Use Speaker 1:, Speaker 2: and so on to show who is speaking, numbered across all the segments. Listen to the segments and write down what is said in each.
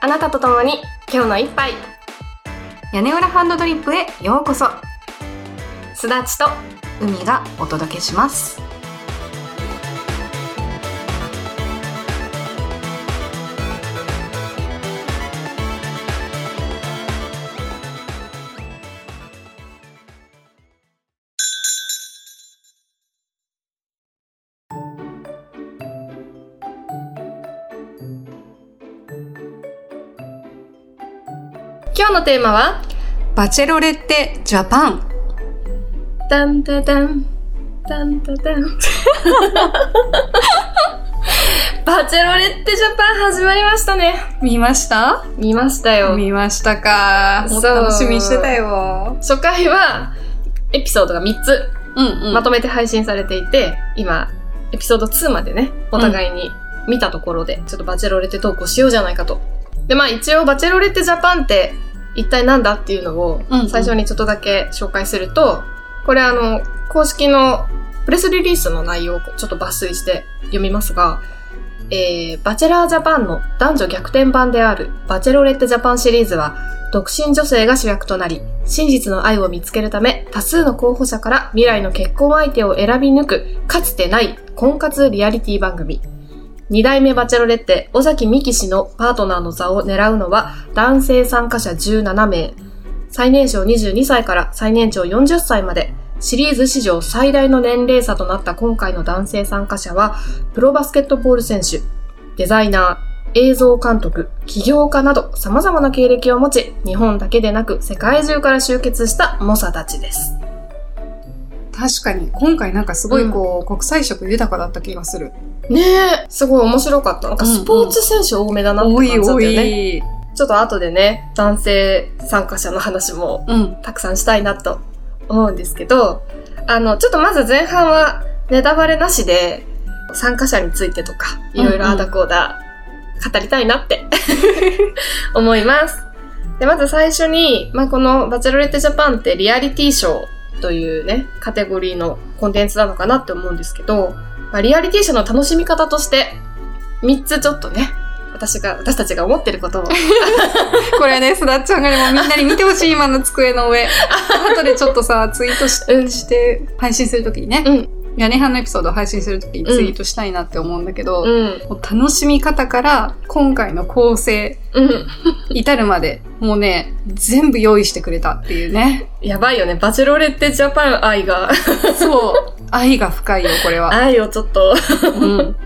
Speaker 1: あなたと共に今日の一杯
Speaker 2: 屋根裏ハンドドリップへようこそ
Speaker 1: すだちと
Speaker 2: 海がお届けします
Speaker 1: 今日のテーマは
Speaker 2: バチェロレッテジャパン
Speaker 1: ダンダダンダンダダン バチェロレッテジャパン始まりましたね
Speaker 2: 見ました
Speaker 1: 見ましたよ
Speaker 2: 見ましたか
Speaker 1: そう
Speaker 2: 楽しみにしてたよ
Speaker 1: 初回はエピソードが3つ
Speaker 2: うんうん
Speaker 1: まとめて配信されていて、今エピソード2までねお互いに見たところで、ちょっとバチェロレッテ投稿しようじゃないかとでまあ一応バチェロレッテジャパンって一体なんだっていうのを
Speaker 2: うんうん
Speaker 1: 最初にちょっとだけ紹介すると、これあの公式のプレスリリースの内容をちょっと抜粋して読みますが、えーバチェラージャパンの男女逆転版であるバチェロレッテジャパンシリーズは、独身女性が主役となり、真実の愛を見つけるため、多数の候補者から未来の結婚相手を選び抜く、かつてない婚活リアリティ番組。二代目バチェロレッテ、尾崎美希氏のパートナーの座を狙うのは、男性参加者17名。最年少22歳から最年長40歳まで、シリーズ史上最大の年齢差となった今回の男性参加者は、プロバスケットボール選手、デザイナー、映像監督、起業家など様々な経歴を持ち、日本だけでなく世界中から集結した猛者たちです。
Speaker 2: 確かに今回なんかすごいこう、国際色豊かだった気がする
Speaker 1: ねえ、すごい面白かった。なんか
Speaker 2: うんうん
Speaker 1: スポーツ選手多めだなって
Speaker 2: 多
Speaker 1: 感じ
Speaker 2: い
Speaker 1: だったよ
Speaker 2: 多
Speaker 1: ね。
Speaker 2: い
Speaker 1: ちょっと後でね、男性参加者の話も
Speaker 2: うん
Speaker 1: たくさんしたいなと思うんですけど、あの、ちょっとまず前半はネタバレなしで参加者についてとか、いろいろ
Speaker 2: うんう
Speaker 1: あ
Speaker 2: ん
Speaker 1: だこうだ語りたいなって 思います。で、まず最初に、まあ、このバチェロレッテジャパンってリアリティショーというね、カテゴリーのコンテンツなのかなって思うんですけど、まあ、リアリティショーの楽しみ方として、3つちょっとね、私が、私たちが思ってることを
Speaker 2: これね、すだっちゃんがね、もうみんなに見てほし い、今の机の上。後でちょっとさ、ツイートし,、
Speaker 1: うん
Speaker 2: して、配信するときにね、
Speaker 1: う
Speaker 2: 屋根派のエピソードを配信するときにツイートしたいなって思うんだけど、
Speaker 1: うん。
Speaker 2: もう楽しみ方から、今回の構成、
Speaker 1: うん。
Speaker 2: 至るまで、もうね、全部用意してくれたっていう ね。
Speaker 1: やばいよね。バチェロレッテジャパン愛が、
Speaker 2: そう。愛が深いよ、これは。
Speaker 1: 愛をちょっと、
Speaker 2: うん。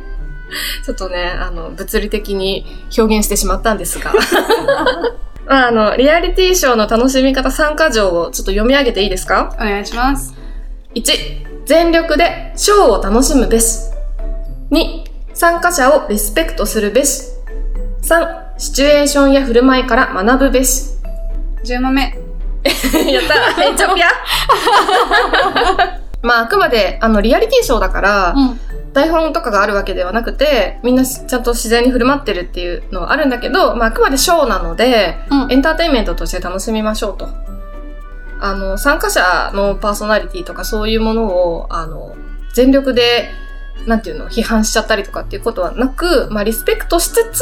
Speaker 1: ちょっとね、あの、物理的に表現してしまったんですが。まあ、あの、リアリティショーの楽しみ方参加条をちょっと読み上げていいですか
Speaker 2: お願いします。
Speaker 1: 1全力でショーを楽しむべし2参加者をリスペクトするべし3シチュエーションや振る舞いから学ぶべし
Speaker 2: 10問目。
Speaker 1: やったエチオピアまああくまであのリアリティショーだから、
Speaker 2: うん。
Speaker 1: 台本とかがあるわけではなくて、みんなちゃんと自然に振る舞ってるっていうのはあるんだけど、まあ、あくまでショーなので、
Speaker 2: うん
Speaker 1: エンターテインメントとして楽しみましょうと。あの、参加者のパーソナリティとかそういうものを、あの、全力で、なんていうの、批判しちゃったりとかっていうことはなく、まあ、リスペクトしつつ、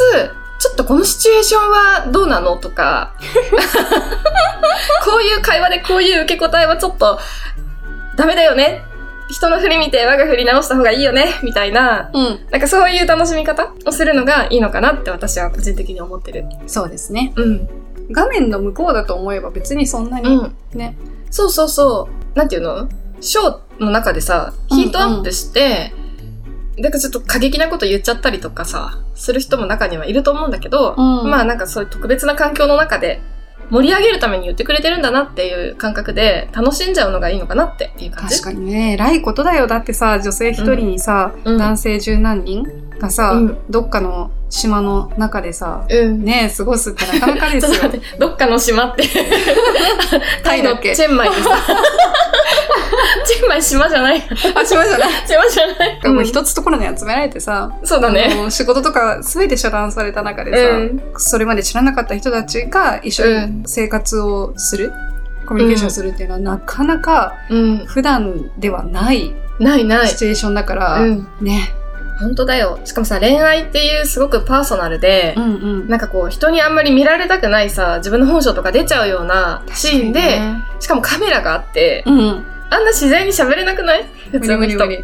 Speaker 1: ちょっとこのシチュエーションはどうなのとか、 こういう会話でこういう受け答えはちょっとダメだよね人の振り見て我が振り直した方がいいよねみたいな、
Speaker 2: うん。
Speaker 1: なんかそういう楽しみ方をするのがいいのかなって私は個人的に思ってる。
Speaker 2: そうですね。
Speaker 1: うん。
Speaker 2: 画面の向こうだと思えば別にそんなに、
Speaker 1: うん。
Speaker 2: ね。
Speaker 1: そうそうそう。なんていうのショーの中でさ、
Speaker 2: うんうん
Speaker 1: ヒートアップして、なんかちょっと過激なこと言っちゃったりとかさ、する人も中にはいると思うんだけど、
Speaker 2: うん
Speaker 1: まあなんかそういう特別な環境の中で盛り上げるために言ってくれてるんだなっていう感覚で楽しんじゃうのがいいのかなっていう感じ。
Speaker 2: 確かにね偉いことだよだってさ女性一人にさ、
Speaker 1: うん
Speaker 2: 男性十何人がさ、
Speaker 1: うん
Speaker 2: どっかの島の中でさ
Speaker 1: うん。
Speaker 2: ねえ過ごすってなかなかで
Speaker 1: ちょ
Speaker 2: す
Speaker 1: っ
Speaker 2: よ
Speaker 1: と待って、どっかの島って。タ
Speaker 2: タ
Speaker 1: イ
Speaker 2: イ
Speaker 1: の
Speaker 2: だっ
Speaker 1: チ
Speaker 2: け
Speaker 1: ェンマイでさ。チェンマイ島じゃない。
Speaker 2: あ島じゃない
Speaker 1: 島じゃない。
Speaker 2: もう一つところに集められてさ、
Speaker 1: そうだね。
Speaker 2: もう仕事とか全て遮断された中でさ、
Speaker 1: うん。
Speaker 2: それまで知らなかった人たちが一緒に生活をする、コミュニケーションするっていうのはなかなか
Speaker 1: うん。
Speaker 2: 普段ではない
Speaker 1: ないない
Speaker 2: シ。チュエーションだから、
Speaker 1: うん。
Speaker 2: ね
Speaker 1: 本当だよ。しかもさ、恋愛っていうすごくパーソナルで、
Speaker 2: んうん
Speaker 1: なんかこう、人にあんまり見られたくないさ、自分の本性とか出ちゃうようなシーンで、しかもカメラがあって、
Speaker 2: うん
Speaker 1: あんな自然に喋れなくない普通の人。で、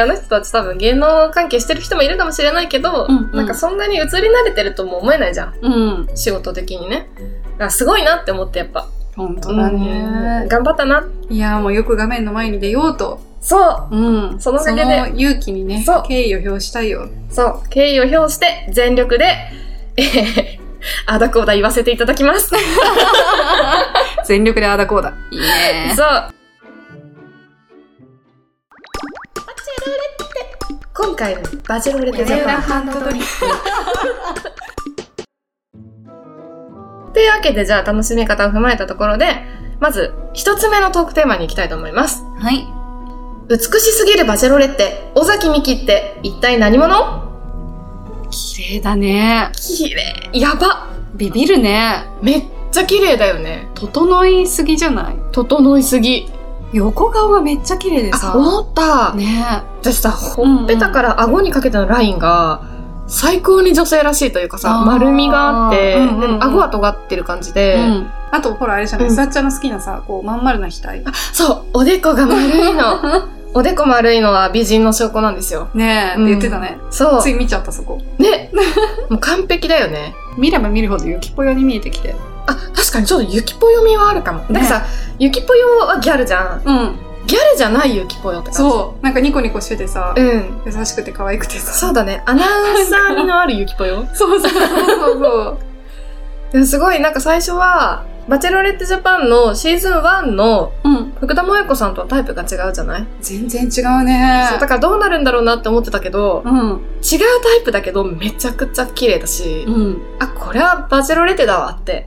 Speaker 1: あの人たち多分芸能関係してる人もいるかもしれないけど、
Speaker 2: うんうん
Speaker 1: なんかそんなに映り慣れてるとも思えないじゃん。
Speaker 2: うん
Speaker 1: 仕事的にね。だからすごいなって思ってやっぱ。
Speaker 2: 本当だ
Speaker 1: うん
Speaker 2: ね
Speaker 1: 頑張ったな。
Speaker 2: いやーもうよく画面の前に出ようと
Speaker 1: そう
Speaker 2: うん
Speaker 1: そのおかげで
Speaker 2: その勇気にね
Speaker 1: そう
Speaker 2: 敬意を表したいよ
Speaker 1: そう敬意を表して、全力で、えへへあだこうだ言わせていただきます。
Speaker 2: 全力でああだこうだいいね
Speaker 1: そう。今回のバチェロレッテジャパン。
Speaker 2: ハンドドリッ
Speaker 1: というわけで、じゃあ楽しみ方を踏まえたところで、まず、一つ目のトークテーマに行きたいと思います。
Speaker 2: プはい
Speaker 1: 美しすぎるバチェロレッテ、尾崎美希って一体何者
Speaker 2: 綺麗だね
Speaker 1: 綺麗。やば。
Speaker 2: ビビるね
Speaker 1: めっちゃ綺麗だよね。
Speaker 2: 整いすぎじゃない
Speaker 1: 整いすぎ。
Speaker 2: 横顔がめっちゃ綺麗で
Speaker 1: あ、
Speaker 2: さ
Speaker 1: 思った。
Speaker 2: ね
Speaker 1: 私さ、ほっぺたから顎にかけてのラインが、最高に女性らしいというかさ
Speaker 2: あ、ー
Speaker 1: 丸みがあって、
Speaker 2: うんうんうん
Speaker 1: でも顎は尖ってる感じで、
Speaker 2: うんあとほらあれじゃない、
Speaker 1: うん
Speaker 2: すだっちゃんの好きなさこうまん丸な額
Speaker 1: そう、おでこが丸いの。 おでこ丸いのは美人の証拠なんですよ。
Speaker 2: ねえ、って言ってたね
Speaker 1: そ
Speaker 2: つい見ちゃったそこ
Speaker 1: う。ね。もう完璧だよね。
Speaker 2: 見れば見るほど雪ぽよに見えてきて
Speaker 1: あ、確かにちょっとゆきぽよみはあるかも。だからさ、ゆきぽよはギャルじゃん。
Speaker 2: うん
Speaker 1: ギャルじゃないゆきぽよって感じ。
Speaker 2: そうなんかニコニコしててさ、
Speaker 1: う。うん。
Speaker 2: 優しくて可愛くてさ
Speaker 1: そうだね。アナウンサー味のあるゆきぽよ。
Speaker 2: そうそうそうそう
Speaker 1: でもすごい、なんか最初は、バチェロレッテジャパンのシーズン1の
Speaker 2: うん
Speaker 1: 福田萌子さんとはタイプが違うじゃない、
Speaker 2: 全然違うね
Speaker 1: そうだからどうなるんだろうなって思ってたけど、
Speaker 2: うん
Speaker 1: 違うタイプだけどめちゃくちゃ綺麗だし、
Speaker 2: うん
Speaker 1: あ、これはバチェロレッテだわって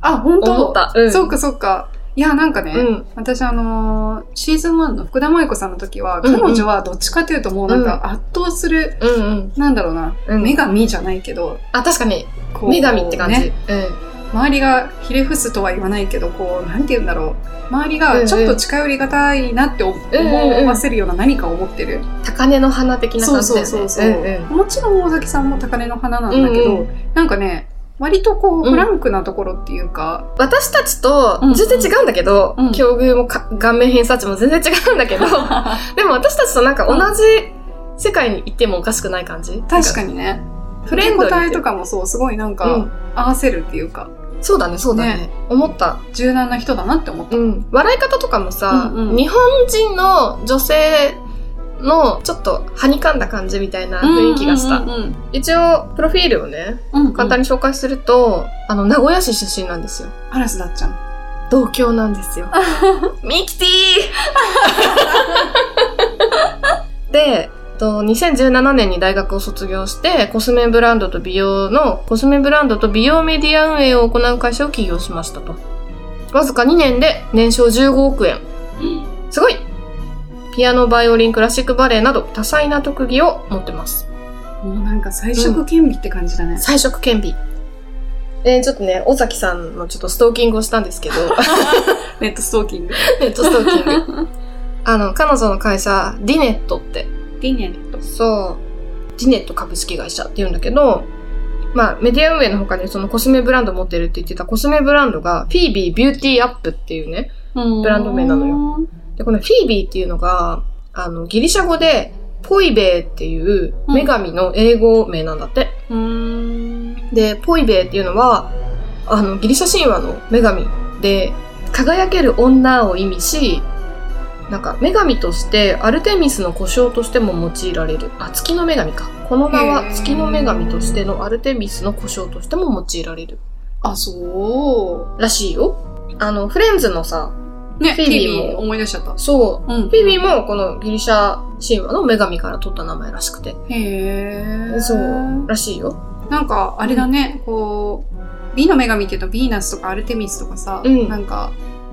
Speaker 2: あ本当
Speaker 1: 思った。うん。
Speaker 2: そうかそうかいやなんかね、
Speaker 1: うん。
Speaker 2: 私あのーシーズン1の福田萌子さんの時は、
Speaker 1: うんうん
Speaker 2: 彼女はどっちかというともうなんか圧倒する、
Speaker 1: うんうん。
Speaker 2: なんだろうな、
Speaker 1: うん
Speaker 2: 女神じゃないけど、
Speaker 1: あ、確かに、
Speaker 2: こう
Speaker 1: 女神って感じ。
Speaker 2: ね
Speaker 1: うん。
Speaker 2: 周りがひれ伏すとは言わないけど、こう、なんて言うんだろう。周りがちょっと近寄りがたいなって思思わせるような何かを持ってる。
Speaker 1: 高根の花的な
Speaker 2: そ
Speaker 1: 感
Speaker 2: う
Speaker 1: じだ
Speaker 2: そ
Speaker 1: よ
Speaker 2: う
Speaker 1: ね。
Speaker 2: そうそう、
Speaker 1: んうん。
Speaker 2: もちろん大崎さんも高根の花なんだけど、
Speaker 1: う
Speaker 2: なんかね、割とこう、
Speaker 1: うん
Speaker 2: フランクなところってい うか、
Speaker 1: 私たちと
Speaker 2: うんうん
Speaker 1: 全然違うんだけど、
Speaker 2: うん
Speaker 1: 境遇もか顔面偏差値も全然違うんだけど、 でも私たちとなんか同じ世界に行ってもおかしくない感じ
Speaker 2: 確か
Speaker 1: に。
Speaker 2: にね。
Speaker 1: フレンド
Speaker 2: 受
Speaker 1: リ
Speaker 2: け答え
Speaker 1: ー
Speaker 2: と
Speaker 1: とか。
Speaker 2: かもそう、すごいなんか、
Speaker 1: うん
Speaker 2: 合わせるっていうか、
Speaker 1: そうだね、そうだね。思った。
Speaker 2: 柔軟な人だなって思った。
Speaker 1: うん。笑い方とかもさ、
Speaker 2: うんうん
Speaker 1: 日本人の女性のちょっとはにかんだ感じみたいな雰囲気がした。
Speaker 2: うんうん
Speaker 1: 一応、プロフィールをね、
Speaker 2: うんうん
Speaker 1: 簡単に紹介すると、あの、名古屋市出身なんですよ。
Speaker 2: アラスだっちゃん。
Speaker 1: 同郷なんです よ。ミキティ で、えっと2017年に大学を卒業して、コスメブランドと美容の、コスメブランドと美容メディア運営を行う会社を起業しましたと。わずか2年で年商15億円。すごいピアノ、バイオリン、クラシックバレエなど多彩な特技を持ってます。
Speaker 2: もうなんか、彩色兼備って感じだね。
Speaker 1: 彩色顕微。えー、ちょっとね、尾崎さんのちょっとストーキングをしたんですけど、
Speaker 2: ネットストーキング。
Speaker 1: ネットストーキング。 あの、彼女の会社、ディネットって、
Speaker 2: リネット。
Speaker 1: そう、ディネット株式会社って言うんだけど、まあ、メディア運営の他にそのコスメブランド持ってるって言ってたコスメブランドが、フィービービューティーアップっていうね。ブランド名なの
Speaker 2: よ。
Speaker 1: で、このフィービーっていうのが、あの、ギリシャ語で、ポイベーっていう女神の英語名なんだって。
Speaker 2: うーん。
Speaker 1: で、ポイベーっていうのは、あの、ギリシャ神話の女神で、輝ける女を意味し、なんか、女神として、アルテミスの故障としても用いられる。あ、月の女神か。この名
Speaker 2: へ
Speaker 1: は
Speaker 2: ー
Speaker 1: 月の女神としてのアルテミスの故障としても用いられる。
Speaker 2: あ、そ
Speaker 1: らしいよ。あの、フレンズのさ、
Speaker 2: う。ね、
Speaker 1: フ
Speaker 2: フ
Speaker 1: ィ
Speaker 2: ィ
Speaker 1: ービ
Speaker 2: ービ
Speaker 1: ーも
Speaker 2: ー思い出しちゃった。
Speaker 1: そう、
Speaker 2: う
Speaker 1: フ
Speaker 2: ん
Speaker 1: ィービーもこのギリシャ神話の女神から取った名前らしくて。
Speaker 2: へえ。
Speaker 1: そう。らしいよ。
Speaker 2: なんか、あれだね、こう、美の女神っていうと、ヴィーナスとかアルテミスとかさ、
Speaker 1: うん
Speaker 2: なんか、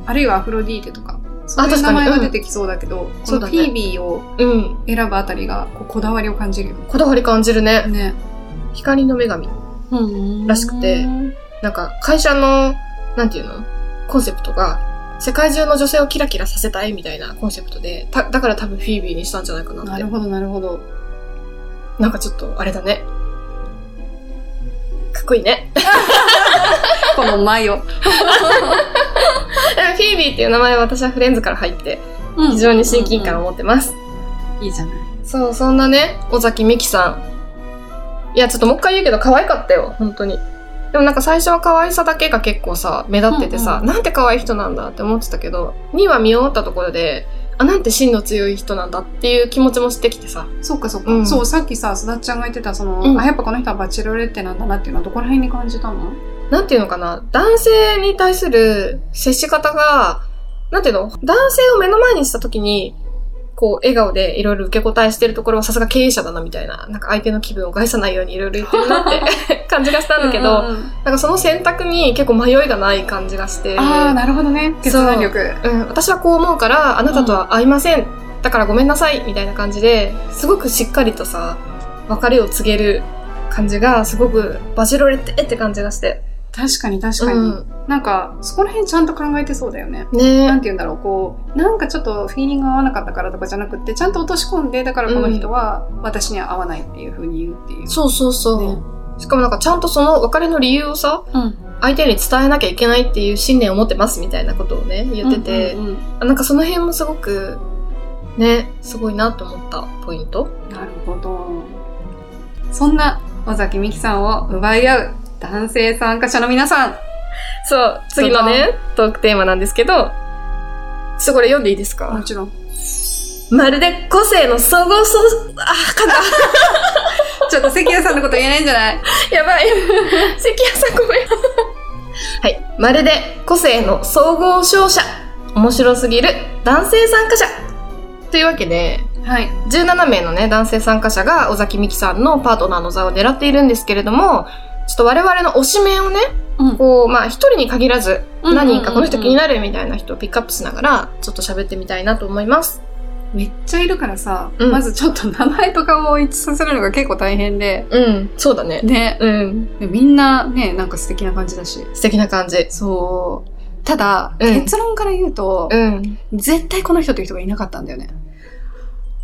Speaker 2: あるいはアフロディーテとか、そういう
Speaker 1: 確かに
Speaker 2: 名前
Speaker 1: う
Speaker 2: が
Speaker 1: ん
Speaker 2: 出てきそうだけど、こ
Speaker 1: そう
Speaker 2: の
Speaker 1: だ
Speaker 2: フ
Speaker 1: ね
Speaker 2: ィービーを
Speaker 1: うん。
Speaker 2: 選ぶあたりが、こう、こだわりを感じるよね。
Speaker 1: こだわり感じるね。
Speaker 2: ね。
Speaker 1: 光の女神。
Speaker 2: うん
Speaker 1: らしくてなんか会社の、なんていうのコンセプトが、世界中の女性をキラキラさせたいみたいなコンセプトで、ただから多分フィービーにしたんじゃないかな
Speaker 2: な
Speaker 1: って
Speaker 2: る。ほど、なるほど。
Speaker 1: なんかちょっと、あれだね。かっこいいね。
Speaker 2: この前を。
Speaker 1: だからフィービーっていう名前は私はフレンズから入って、
Speaker 2: う
Speaker 1: 非常に親近感を持ってます。
Speaker 2: いいじゃない。
Speaker 1: そう、そんなね、尾崎美紀さん。いや、ちょっともう一回言うけど、可愛かったよ、本当に。でもなんか最初は可愛さだけが結構さ、目立っててさ、
Speaker 2: うんう
Speaker 1: なんて可愛い人なんだって思ってたけど、2は見終わったところで、あ、なんて芯の強い人なんだっていう気持ちもしてきてさ。
Speaker 2: そっかそっか、
Speaker 1: うん
Speaker 2: そうさっきさすだっちゃんが言ってたその、
Speaker 1: うん
Speaker 2: あやっぱこの人はバチェロレッテなんだなっていうのはどこら辺に感じたの
Speaker 1: なんていうのかな、男性に対する接し方が、なんていうの、男性を目の前にした時に、こう、笑顔でいろいろ受け答えしてるところはさすが経営者だなみたいな、なんか相手の気分を害さないようにいろいろ言ってるなって 感じがしたんだけど、
Speaker 2: うんうんうん
Speaker 1: なんかその選択に結構迷いがない感じがして、
Speaker 2: ああなるほどね決断力
Speaker 1: うん、私はこう思うからあなたとは合いません、だからごめんなさいみたいな感じですごくしっかりとさ別れを告げる感じがすごくバチェロレッテって感じがして、
Speaker 2: 確かに確かに、
Speaker 1: うん、
Speaker 2: なんかそこら辺ちゃんと考えてそうだよねなん
Speaker 1: ね
Speaker 2: て言うんだろうこうなんかちょっとフィーリングが合わなかったからとかじゃなくってちゃんと落とし込んでだからこの人は私には合わないっていうふうに言うっていう、
Speaker 1: そうそうそう、
Speaker 2: ね
Speaker 1: しかもなんかちゃんとその別れの理由をさ相手に伝えなきゃいけないっていう信念を持ってますみたいなことをね言ってて、
Speaker 2: うんうんうん
Speaker 1: あなんかその辺もすごくねすごいなと思ったポイント
Speaker 2: なるほど。そんな尾崎美紀さんを奪い合う男性参加者の皆さん。
Speaker 1: そう、次のね、トークテーマなんですけど、ちょっとこれ読んでいいですか、
Speaker 2: ちろん。
Speaker 1: まるで個性の総合そ、あ、かんだ。
Speaker 2: ちょっと関谷さんのこと言えないんじゃない
Speaker 1: やばい。 関谷さんごめん。 はい。まるで個性の総合勝者。面白すぎる男性参加者。というわけで、
Speaker 2: はい。
Speaker 1: 17名のね、男性参加者が尾崎美紀さんのパートナーの座を狙っているんですけれども、ちょっと我々の推し面をね、
Speaker 2: うん
Speaker 1: こう、まあ一人に限らず、
Speaker 2: うん
Speaker 1: 何人かこの人気になるみたいな人をピックアップしながら、ちょっと喋ってみたいなと思います。
Speaker 2: めっちゃいるからさ、
Speaker 1: うん
Speaker 2: まずちょっと名前と顔を一致させるのが結構大変で。
Speaker 1: うん、そうだね。
Speaker 2: ね。
Speaker 1: うん、
Speaker 2: みんなね、なんか素敵な感じだし。
Speaker 1: 素敵な感じ。
Speaker 2: そう。ただ、
Speaker 1: うん
Speaker 2: 結論から言うと、
Speaker 1: うん。
Speaker 2: 絶対この人という人がいなかったんだよね。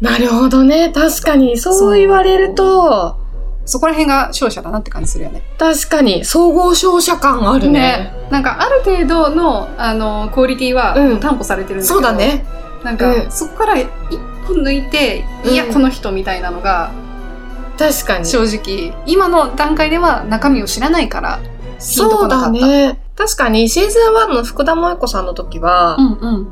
Speaker 1: なるほどね。確かに、そう言われると、
Speaker 2: そこら辺が勝者だなって感じするよね。
Speaker 1: 確かに、総合勝者感あるね。
Speaker 2: なんかある程度のあのクオリティは
Speaker 1: うん
Speaker 2: 担保されてるんだけど、
Speaker 1: そうだね。
Speaker 2: なんか、
Speaker 1: うん
Speaker 2: そこから一本抜いて、
Speaker 1: うん
Speaker 2: いやこの人みたいなのが
Speaker 1: 確かに。
Speaker 2: 正直今の段階では中身を知らないから、ピンと
Speaker 1: そ
Speaker 2: こ
Speaker 1: う
Speaker 2: なか
Speaker 1: だ
Speaker 2: った
Speaker 1: ね。確かに、シーズン1の福田萌子さんの時は、
Speaker 2: んうん、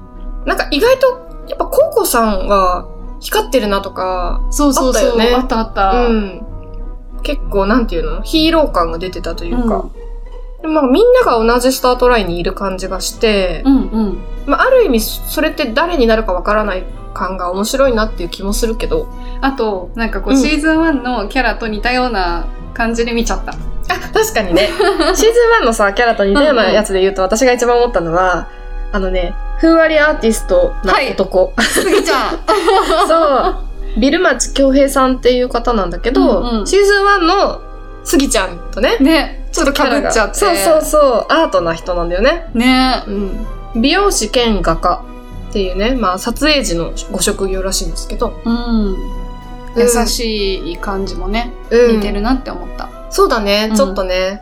Speaker 1: なんか意外と、やっぱコウコさんが光ってるなとか、
Speaker 2: そうそう
Speaker 1: あ
Speaker 2: そ
Speaker 1: ったよ
Speaker 2: う
Speaker 1: ね
Speaker 2: あったあった、
Speaker 1: うん。結構、なんていうのヒーロー感が出てたといううんか。でもまあ、みんなが同じスタートラインにいる感じがして、
Speaker 2: うんうん
Speaker 1: まあ、ある意味それって誰になるかわからない感が面白いなっていう気もするけど
Speaker 2: あとなんかこう、
Speaker 1: うん
Speaker 2: シーズン1のキャラと似たような感じで見ちゃった
Speaker 1: あ確かに ねシーズン1のさキャラと似たようなやつで言うと私が一番思ったのはあのねふんわりアーティストな 男、
Speaker 2: すぎちゃん
Speaker 1: そうビルマチ京平さんっていう方なんだけど、
Speaker 2: うんうん
Speaker 1: シーズン1のスギちゃんとね
Speaker 2: ねちょっとかぶっちゃって
Speaker 1: そうそうそうアートな人なんだよね
Speaker 2: ね
Speaker 1: うん美容師兼画家っていうねまあ撮影時のご職業らしいんですけど、
Speaker 2: うん優しい感じもね、
Speaker 1: うん
Speaker 2: 似てるなって思った
Speaker 1: そうだね
Speaker 2: う、ん
Speaker 1: ちょっとね、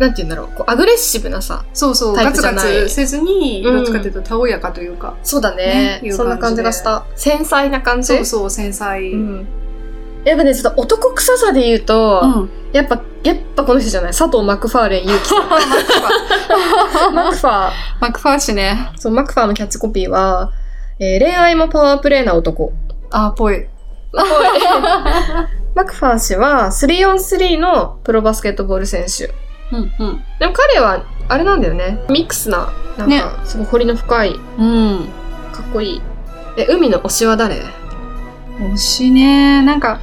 Speaker 1: なんて言うんだろう、こう、アグレッシブなさ。
Speaker 2: そうそう、
Speaker 1: タイ
Speaker 2: ガ
Speaker 1: プ
Speaker 2: ツ
Speaker 1: じゃ
Speaker 2: ガ
Speaker 1: ない
Speaker 2: ツせずに、
Speaker 1: うん
Speaker 2: どっちかというと、たおやかというか、
Speaker 1: そうだね。
Speaker 2: ねいう感じで
Speaker 1: そんな感じがした。繊細な感じ。
Speaker 2: そうそう、繊細。
Speaker 1: う。ん。やっぱね、ちょっと男臭さで言うと、
Speaker 2: うん。
Speaker 1: やっぱ、やっぱこの人じゃない佐藤マクファーレン勇気 さん。マクファー。
Speaker 2: マクファー氏ね。
Speaker 1: そう、マクファーのキャッチコピーは、えー恋愛もパワープレイな男。
Speaker 2: あ、ぽい。
Speaker 1: マクファー氏は 3on3 のプロバスケットボール選手。
Speaker 2: うん、
Speaker 1: でも彼は、あれなんだよね。ミックスな、なん
Speaker 2: ね
Speaker 1: か、すごい彫りの深い
Speaker 2: うん。うん。
Speaker 1: かっこいい。え、海の推しは誰
Speaker 2: 推しね。なんか、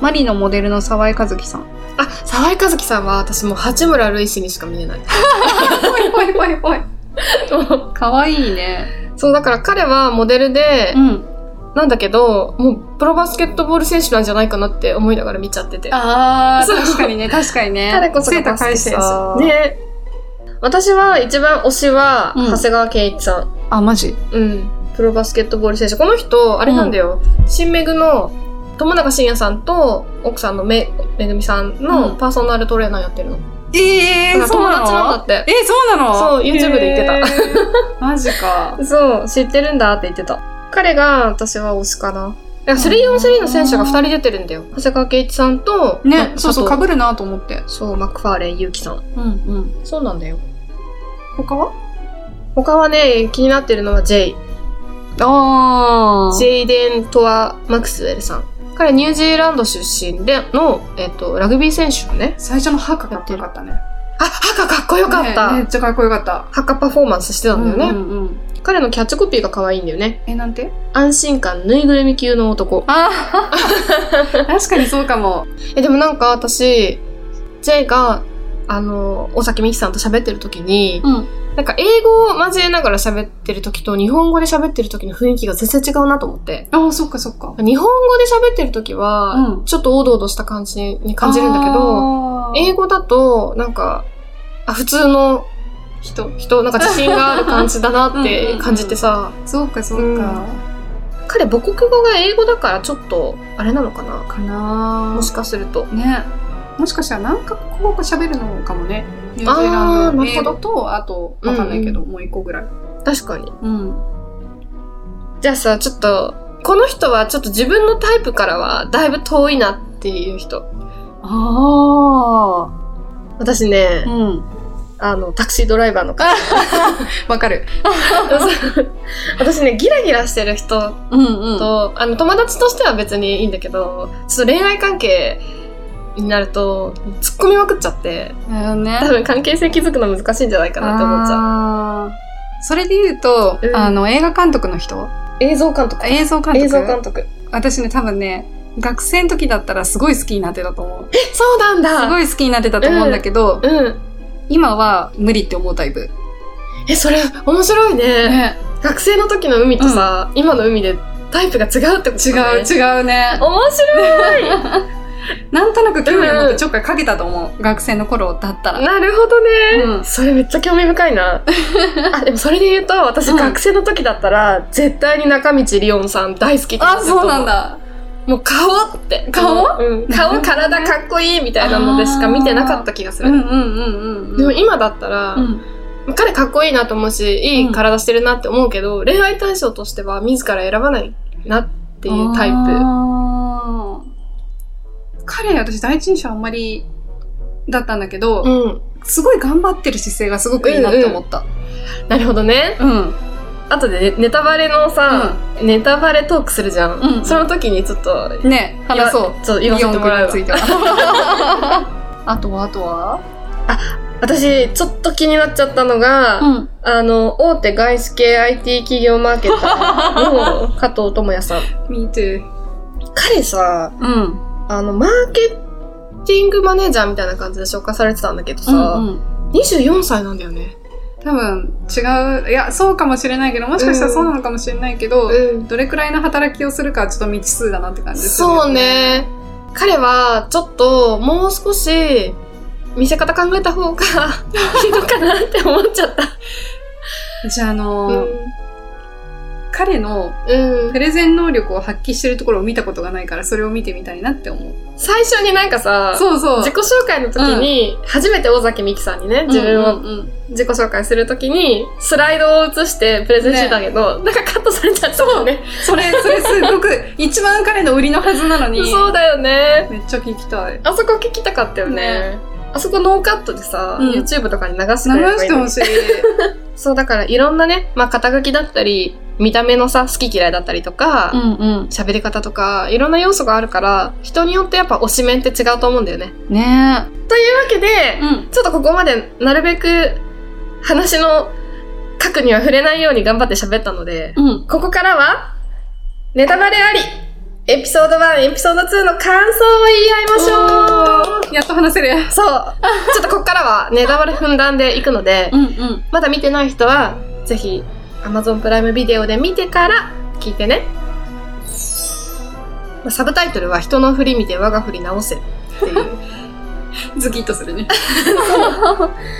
Speaker 2: マリのモデルの沢井和樹さん。
Speaker 1: あ、沢井和樹さんは私もう八村塁氏にしか見えない。
Speaker 2: ぽいぽいぽいぽい。かわいいね。
Speaker 1: そう、だから彼はモデルで、
Speaker 2: ん。
Speaker 1: なんだけど、もうプロバスケットボール選手なんじゃないかなって思いながら見ちゃってて。
Speaker 2: あ
Speaker 1: そう
Speaker 2: ー、確かにね、確かにね。
Speaker 1: 彼こそが
Speaker 2: セータ
Speaker 1: バスケ
Speaker 2: 返してさ。。
Speaker 1: ね。私は一番推しは、
Speaker 2: うん
Speaker 1: 長谷川圭一さん。
Speaker 2: あ、マジ
Speaker 1: うん。プロバスケットボール選手。この人、あれなんだよ。新メグの友永信也さんと奥さんのめめぐみさん
Speaker 2: うん
Speaker 1: のパーソナルトレーナーやってるの。
Speaker 2: え
Speaker 1: な
Speaker 2: ー、
Speaker 1: んか
Speaker 2: そう
Speaker 1: 友
Speaker 2: なの
Speaker 1: 達なんだって。
Speaker 2: え、そうなの
Speaker 1: そう YouTube で言ってた
Speaker 2: た。マジか。
Speaker 1: そう、知ってるんだって言ってた。彼が私は推しかな。いや、3on3 の選手が2人出てるんだよ。長谷川圭一さんと、
Speaker 2: ね、そうそう、
Speaker 1: か
Speaker 2: か
Speaker 1: ぶ
Speaker 2: ぶるなと思って。
Speaker 1: そう、マクファーレン、ゆうきさん。
Speaker 2: うんうん。
Speaker 1: そうなんだよ。
Speaker 2: 他は
Speaker 1: 他はね、気になってるのは J。
Speaker 2: あ
Speaker 1: ジェイデン・トア・マクスウェルさん。彼、ニュージーランド出身での、えっと、ラグビー選手のね。
Speaker 2: 最初のハカかっこよかったね。
Speaker 1: あ、ハカかっこよかった。
Speaker 2: ねめっちゃかっこよかった。
Speaker 1: ハカパフォーマンスしてたんだよね。
Speaker 2: うんうんうん
Speaker 1: 彼のキャッチコピーが可愛いんだよね。
Speaker 2: え、なんて
Speaker 1: 安心感、ぬいぐるみ級の男。
Speaker 2: あ 確かにそうかも。
Speaker 1: え、でもなんか私、J が、あの、尾崎美紀さんと喋ってる時に、
Speaker 2: うん
Speaker 1: なんか英語を交えながら喋ってる時と日本語で喋ってる時の雰囲気が全然違うなと思って。
Speaker 2: ああ、そっかそっか。
Speaker 1: 日本語で喋ってる時は、
Speaker 2: うん
Speaker 1: ちょっとおどおどした感じに感じるんだけど、
Speaker 2: あー、
Speaker 1: 英語だと、なんか、あ、普通の
Speaker 2: 人。
Speaker 1: 人、なんか自信がある感じだなっ
Speaker 2: うんうん
Speaker 1: て
Speaker 2: うん
Speaker 1: 感じてさ、
Speaker 2: そうかそうか。
Speaker 1: 彼母国語が英語だからちょっと、あれなのかな
Speaker 2: かな
Speaker 1: も
Speaker 2: もし
Speaker 1: しかすると。
Speaker 2: ね。もしかしたら何か国語か喋るのかもね。ニュージーランド
Speaker 1: あーなる
Speaker 2: 英
Speaker 1: ほど
Speaker 2: 語と、あと、わかんないけど、もう一個ぐらい。
Speaker 1: 確かに。
Speaker 2: うん。
Speaker 1: じゃあさ、ちょっと、この人はちょっと自分のタイプからはだいぶ遠いなっていう人。
Speaker 2: あ
Speaker 1: 私ね
Speaker 2: あ。、うん。
Speaker 1: あの、タクシードライバーの方。
Speaker 2: わかる。
Speaker 1: 私ね、ギラギラしてる人
Speaker 2: うんうん。
Speaker 1: と、あの、友達としては別にいいんだけど、ちょっと恋愛関係になると、突っ込みまくっちゃって、
Speaker 2: だよね
Speaker 1: 多分関係性築くの難しいんじゃないかなって思っちゃう。
Speaker 2: あーそれで言うと、
Speaker 1: うん
Speaker 2: あの、映画監督の人
Speaker 1: 映像監督。
Speaker 2: 映像監督
Speaker 1: 映像監督。
Speaker 2: 私ね、多分ね、学生の時だったらすごい好きになってたと思う。
Speaker 1: そうなん
Speaker 2: す
Speaker 1: だ
Speaker 2: ごい好きになってたと思うんだけど、
Speaker 1: うん。
Speaker 2: 今は無理って思うタイプ。
Speaker 1: え、それ、面白いね。
Speaker 2: ね、
Speaker 1: 学生の時の海とさ、今の海でタイプが違うってこと
Speaker 2: 違
Speaker 1: だ
Speaker 2: う、
Speaker 1: ね。
Speaker 2: 違うね。
Speaker 1: 面 白い
Speaker 2: なんとなく興味を持ってちょっかいかけたと思う。学生の頃だったら。
Speaker 1: なるほどね、
Speaker 2: うん
Speaker 1: それめっちゃ興味深い なあでもそれで言うと私
Speaker 2: うん
Speaker 1: 学生の時だったら絶対に中道りおんさん大好きって言っ
Speaker 2: あ、
Speaker 1: てたと思
Speaker 2: そうなんだ。
Speaker 1: もう顔って
Speaker 2: 顔
Speaker 1: うん、顔体かっこいいみたいなのでしか見てなかった気がす
Speaker 2: う
Speaker 1: る、
Speaker 2: んうんうんうん。
Speaker 1: でも今だったら、
Speaker 2: うん、
Speaker 1: 彼かっこいいなと思うしい
Speaker 2: うん
Speaker 1: い体してるなって思うけど、恋愛対象としては自ら選ばないなっていうタイプ
Speaker 2: あー彼、私第一印象あんまりだったんだけど、
Speaker 1: うん
Speaker 2: すごい頑張ってる姿勢がすごくいいなって思った。
Speaker 1: なるほどね
Speaker 2: うん、うん、
Speaker 1: あとでねネタバレのさ、ネタバレトークするじゃん、
Speaker 2: うん
Speaker 1: その時にちょっと
Speaker 2: ねえ話そう。
Speaker 1: ちょっと言わせてもらうわ
Speaker 2: イオン君については あとはあとは
Speaker 1: 私ちょっと気になっちゃったのが、
Speaker 2: うん。
Speaker 1: あの大手外資系 IT 企業マーケッターの加藤智也さん
Speaker 2: me too.
Speaker 1: 彼さ
Speaker 2: うん。うん
Speaker 1: あのマーケティングマネージャーみたいな感じで紹介されてたんだけどさ、
Speaker 2: うん。
Speaker 1: 24歳なんだよね
Speaker 2: 多分違う。いや、そうかもしれないけど、もしかしたらそうなのかもしれないけど、
Speaker 1: うん
Speaker 2: どれくらいの働きをするかちょっと未知数だなって感じです
Speaker 1: そう。ね彼はちょっともう少し見せ方考えた方がいいのかなって思っちゃった
Speaker 2: じゃあ、あの
Speaker 1: う
Speaker 2: ー、
Speaker 1: ん、
Speaker 2: 彼の
Speaker 1: うん
Speaker 2: プ、レゼン能力を発揮してるところを見たことがないから、それを見てみたいなって思う。
Speaker 1: 最初になんかさ
Speaker 2: そうそう。
Speaker 1: 自己紹介の時に、初めて尾崎美紀さんにね自分を
Speaker 2: うんうんうん
Speaker 1: 自己紹介するときに、スライドを映してプレゼンしてたけど、なんかカットされちゃったもんね。
Speaker 2: それ、それすごく、一番彼の売りのはずなのに。
Speaker 1: そうだよね。
Speaker 2: めっちゃ聞きたい。
Speaker 1: あそこ聞きたかったよね。
Speaker 2: ね
Speaker 1: あそこノーカットでさ、
Speaker 2: うん
Speaker 1: YouTube とかに流して
Speaker 2: 流
Speaker 1: くれればい
Speaker 2: し
Speaker 1: い
Speaker 2: て
Speaker 1: の
Speaker 2: ほ
Speaker 1: に
Speaker 2: しい。
Speaker 1: そう、だからいろんなね、まあ肩書きだったり、見た目のさ、好き嫌いだったりとか、
Speaker 2: んうん。
Speaker 1: 喋り方とか、いろんな要素があるから、人によってやっぱ推しメンって違うと思うんだよね。
Speaker 2: ね
Speaker 1: というわけで、
Speaker 2: うん。
Speaker 1: ちょっとここまでなるべく話の核には触れないように頑張って喋ったので、
Speaker 2: うん。
Speaker 1: ここからは、ネタバレありエピソード1、エピソード2の感想を言い合いましょう
Speaker 2: やっと話せる。
Speaker 1: そうちょっとここからはネタバレ踏んだんでいくの で、
Speaker 2: んうん。
Speaker 1: まだ見てない人は、ぜひ Amazon プライムビデオで見てから聞いてね。まあサブタイトルは人の振り見て我が振り直せっていう
Speaker 2: ズキッとするね。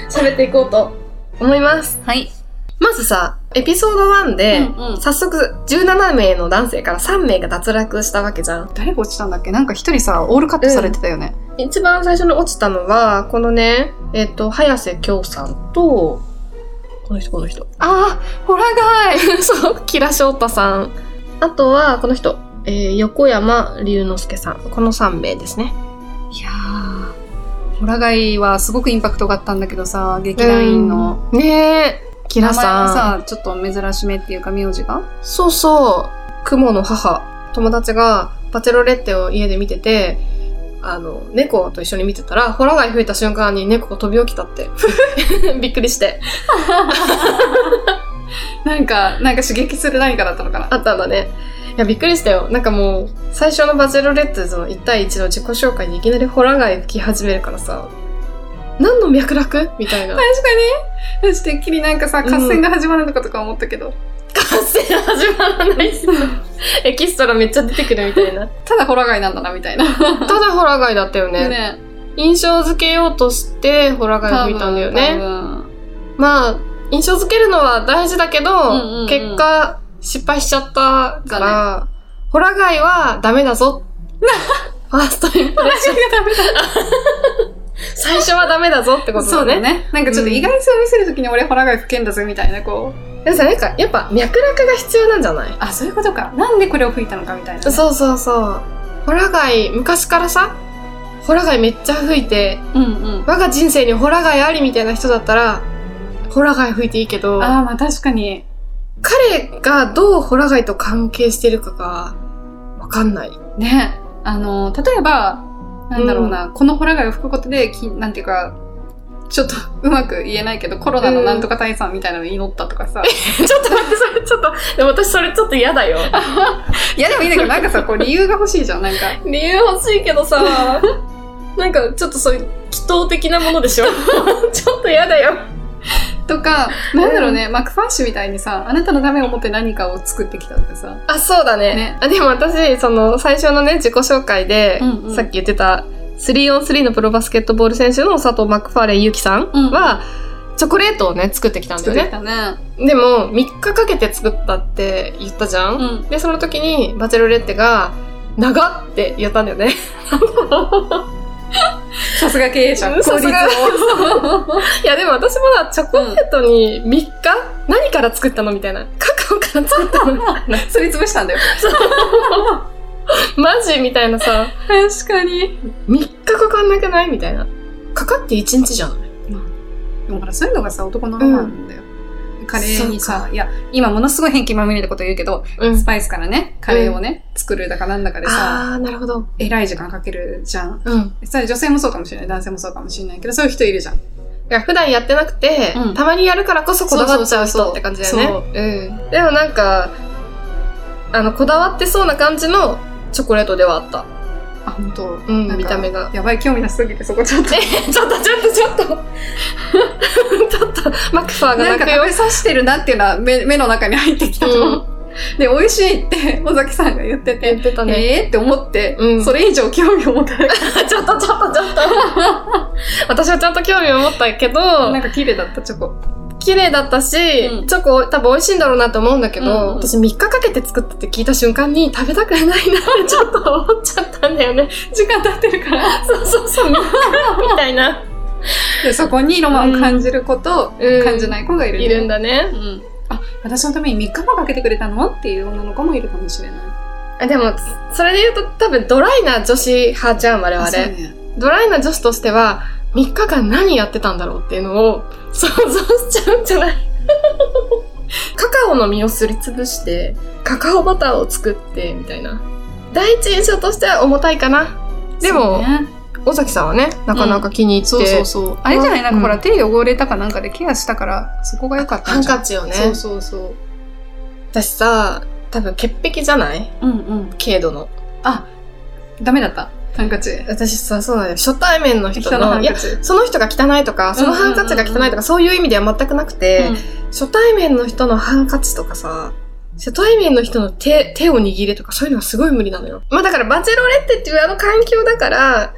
Speaker 1: 喋っていこうと思います。
Speaker 2: はい。
Speaker 1: まずさ、エピソード1で、
Speaker 2: うんうん
Speaker 1: 早速17名の男性から3名が脱落したわけじゃん。
Speaker 2: 誰が落ちたんだっけなんか一人さオールカットされてたよね、
Speaker 1: 一番最初に落ちたのは、このね、えっ、と、早瀬京さんと、この人、この人。
Speaker 2: ああホラガイ
Speaker 1: そう、キラ翔太さん。あとは、この人、えー横山龍之介さん。この3名ですね。
Speaker 2: いやーホラガイはすごくインパクトがあったんだけどさ劇団員の、
Speaker 1: うん。ねえ、キラ
Speaker 2: 名前
Speaker 1: さん。
Speaker 2: がさちょっと珍しめっていうか名字が
Speaker 1: そうそう、雲の母、友達がバチェロレッテを家で見てて、あの、猫と一緒に見てたら、ホラ貝吹いた瞬間に猫が飛び起きたって。 びっくりして。
Speaker 2: なんかなんか刺激する何かだったのかな
Speaker 1: あったんだね。いや、びっくりしたよ。なんかもう、最初のバチェロレッテの1対1の自己紹介にいきなりホラ貝吹き始めるからさ、何の脈絡みたいな。
Speaker 2: 確かに私てっきりなんかさ
Speaker 1: うん
Speaker 2: 合戦が始まるのかとか思ったけど、
Speaker 1: 合戦始まらないし。 エキストラめっちゃ出てくるみたいな。
Speaker 2: ただホラガイなんだなみたいな
Speaker 1: ただホラ貝だったよね。印象付けようとしてホラ貝吹いたんだよね。
Speaker 2: 多分
Speaker 1: まあ、印象付けるのは大事だけど、
Speaker 2: んうんうん
Speaker 1: 結果、失敗しちゃったから、ホラ貝はダメだぞ。 ファーストインプレッション。最初はダメだぞってこと
Speaker 2: そ
Speaker 1: だ
Speaker 2: うだ
Speaker 1: ね。
Speaker 2: ね。なんかちょっと意外性を見せるときに俺ホラガイ吹けんだぜみたいなこう。
Speaker 1: でもさ、なんか、やっぱ脈絡が必要なんじゃない
Speaker 2: あ、そういうことか。なんでこれを吹いたのかみたいな、ね。
Speaker 1: そうそうそう。ホラ貝、昔からさ、ホラ貝めっちゃ吹いて、
Speaker 2: うんうん。
Speaker 1: 我が人生にホラ貝ありみたいな人だったら、ホラ貝吹いていいけど、
Speaker 2: ああ、まあ確かに。
Speaker 1: 彼がどうホラ貝と関係してるかが、わかんない。
Speaker 2: ね。あの、例えば、なんだろうな、このホラガイを吹くことで、きなんていうか、ちょっとうまく言えないけど、コロナのなんとか退散みたいなの祈ったとかさ。
Speaker 1: ちょっと待って、それちょっと、でも私それちょっと嫌だ よ。
Speaker 2: いやでもいいんだけど、なんかさ、こう理由が欲しいじゃん、なんか。
Speaker 1: 理由欲しいけど さ、なんかちょっとそういう祈祷的なものでしょ ちょっと嫌だよ。
Speaker 2: とか、なんだろうね、マクファーシュみたいにさ、あなたのためを思って何かを作ってきたとかさ。
Speaker 1: あ、そうだね。
Speaker 2: ね
Speaker 1: あでも私、その最初のね、自己紹介で、
Speaker 2: うんうん
Speaker 1: さっき言ってた、3on3 のプロバスケットボール選手の佐藤マクファーレンゆきさん
Speaker 2: うん
Speaker 1: は、チョコレートをね、作ってきたんだ
Speaker 2: 作
Speaker 1: よ
Speaker 2: ってき
Speaker 1: ね。
Speaker 2: たね。
Speaker 1: でも、3日かけて作ったって言ったじゃん、
Speaker 2: うん。
Speaker 1: で、その時に、バチェロレッテが、長っって言ったんだよね。
Speaker 2: さすが経営者。
Speaker 1: うんさすが
Speaker 2: 効率 を
Speaker 1: いやでも私もさチョコレートに3日、何から作ったのみたいなカカオから作ったの
Speaker 2: すり潰したんだよ。
Speaker 1: マジみたいなさ
Speaker 2: 確かに。
Speaker 1: 3日かかんなくないみたいなかかって1日じゃない
Speaker 2: でもほら、そういうのがさ、男のロマンなんだよ。カレーに
Speaker 1: そう
Speaker 2: さ、いや、今ものすごい変気まみれたこと言うけど、
Speaker 1: うん
Speaker 2: スパイスからね、カレーをね、作るだかなんだかでさ、
Speaker 1: あーなるほど
Speaker 2: えらい時間かけるじゃん。
Speaker 1: うん
Speaker 2: さ女性もそうかもしれない、男性もそうかもしれないけど、そういう人いるじゃん。
Speaker 1: だから普段やってなくて、
Speaker 2: うん
Speaker 1: たまにやるからこそこだわっちゃう人って感じだよね
Speaker 2: そうそう
Speaker 1: うん、でもなんかあのこだわってそうな感じのチョコレートではあった、
Speaker 2: あ、本当。
Speaker 1: うん
Speaker 2: なんか
Speaker 1: 見た目が
Speaker 2: やばい、興味なさすぎて、そこちょっと。
Speaker 1: ちょっとちょっとちょっとちょっとマクファーが
Speaker 2: なん
Speaker 1: 泣
Speaker 2: か
Speaker 1: く
Speaker 2: 食
Speaker 1: よ
Speaker 2: べさしてるなっていうのは目目の中に入ってきたと思う。で、美味しいって、尾崎さんが言って
Speaker 1: 言
Speaker 2: て、
Speaker 1: ってたね、
Speaker 2: えーって思って、
Speaker 1: うん
Speaker 2: それ以上興味を持たなかっ
Speaker 1: ちょっとちょっとちょっと。私はちゃんと興味を持ったけ
Speaker 2: た。
Speaker 1: ど
Speaker 2: なん、か綺麗だった、チョコ。
Speaker 1: 綺麗だったし、
Speaker 2: うん
Speaker 1: チョコ多分美味しいんだろうなと思うんだけど、
Speaker 2: うんうん
Speaker 1: 私3日かけて作ったって聞いた瞬間に食べたくないなってちょっと思っちゃったんだよね。
Speaker 2: 時間経ってるから。
Speaker 1: そうそうそう、みたいな。
Speaker 2: で、そこにロマンを感じること、
Speaker 1: うん
Speaker 2: 感じない子がいる、
Speaker 1: いるん
Speaker 2: だ。
Speaker 1: だね
Speaker 2: う。ん。あ、私のために3日もかけてくれたのっていう女の子もいるかもしれない。
Speaker 1: あでも、それで言うと多分ドライな女子派じゃん、我々。
Speaker 2: そうね。
Speaker 1: ドライな女子としては、3日間何やってたんだろうっていうのを想像しちゃうんじゃ ないカカオの実をすりつぶして、カカオバターを作って、みたいな。第一印象としては重たいかな。でも
Speaker 2: そうね
Speaker 1: 尾崎さんはね、なかなか気に入って、
Speaker 2: そうそうそう。あれじゃないなんかほ
Speaker 1: う
Speaker 2: ら、
Speaker 1: ん
Speaker 2: 手汚れたかなんかでケアしたから、そこが良かった
Speaker 1: ハ
Speaker 2: ん
Speaker 1: ン
Speaker 2: じゃ
Speaker 1: カ
Speaker 2: ん。
Speaker 1: チをね。
Speaker 2: そうそうそう。
Speaker 1: 私さ、多分潔癖じゃない
Speaker 2: うんうん。
Speaker 1: 軽度の。
Speaker 2: ダメだった。ハンカチ。
Speaker 1: 私さ、そうだよ。初対面の人
Speaker 2: 人の
Speaker 1: の、
Speaker 2: ハン
Speaker 1: い
Speaker 2: カ
Speaker 1: や、
Speaker 2: チ。
Speaker 1: その人が汚いとか、そのハンカチが
Speaker 2: うんうん
Speaker 1: 汚
Speaker 2: う
Speaker 1: い
Speaker 2: ん
Speaker 1: と
Speaker 2: う
Speaker 1: か、そういう意味では全くなくて、初対面の人のハンカチとかさ、初対面の人の手、手を握れとかそういうのはすごい無理なのよ。まあだからバチェロレッテっていうあの環境だから、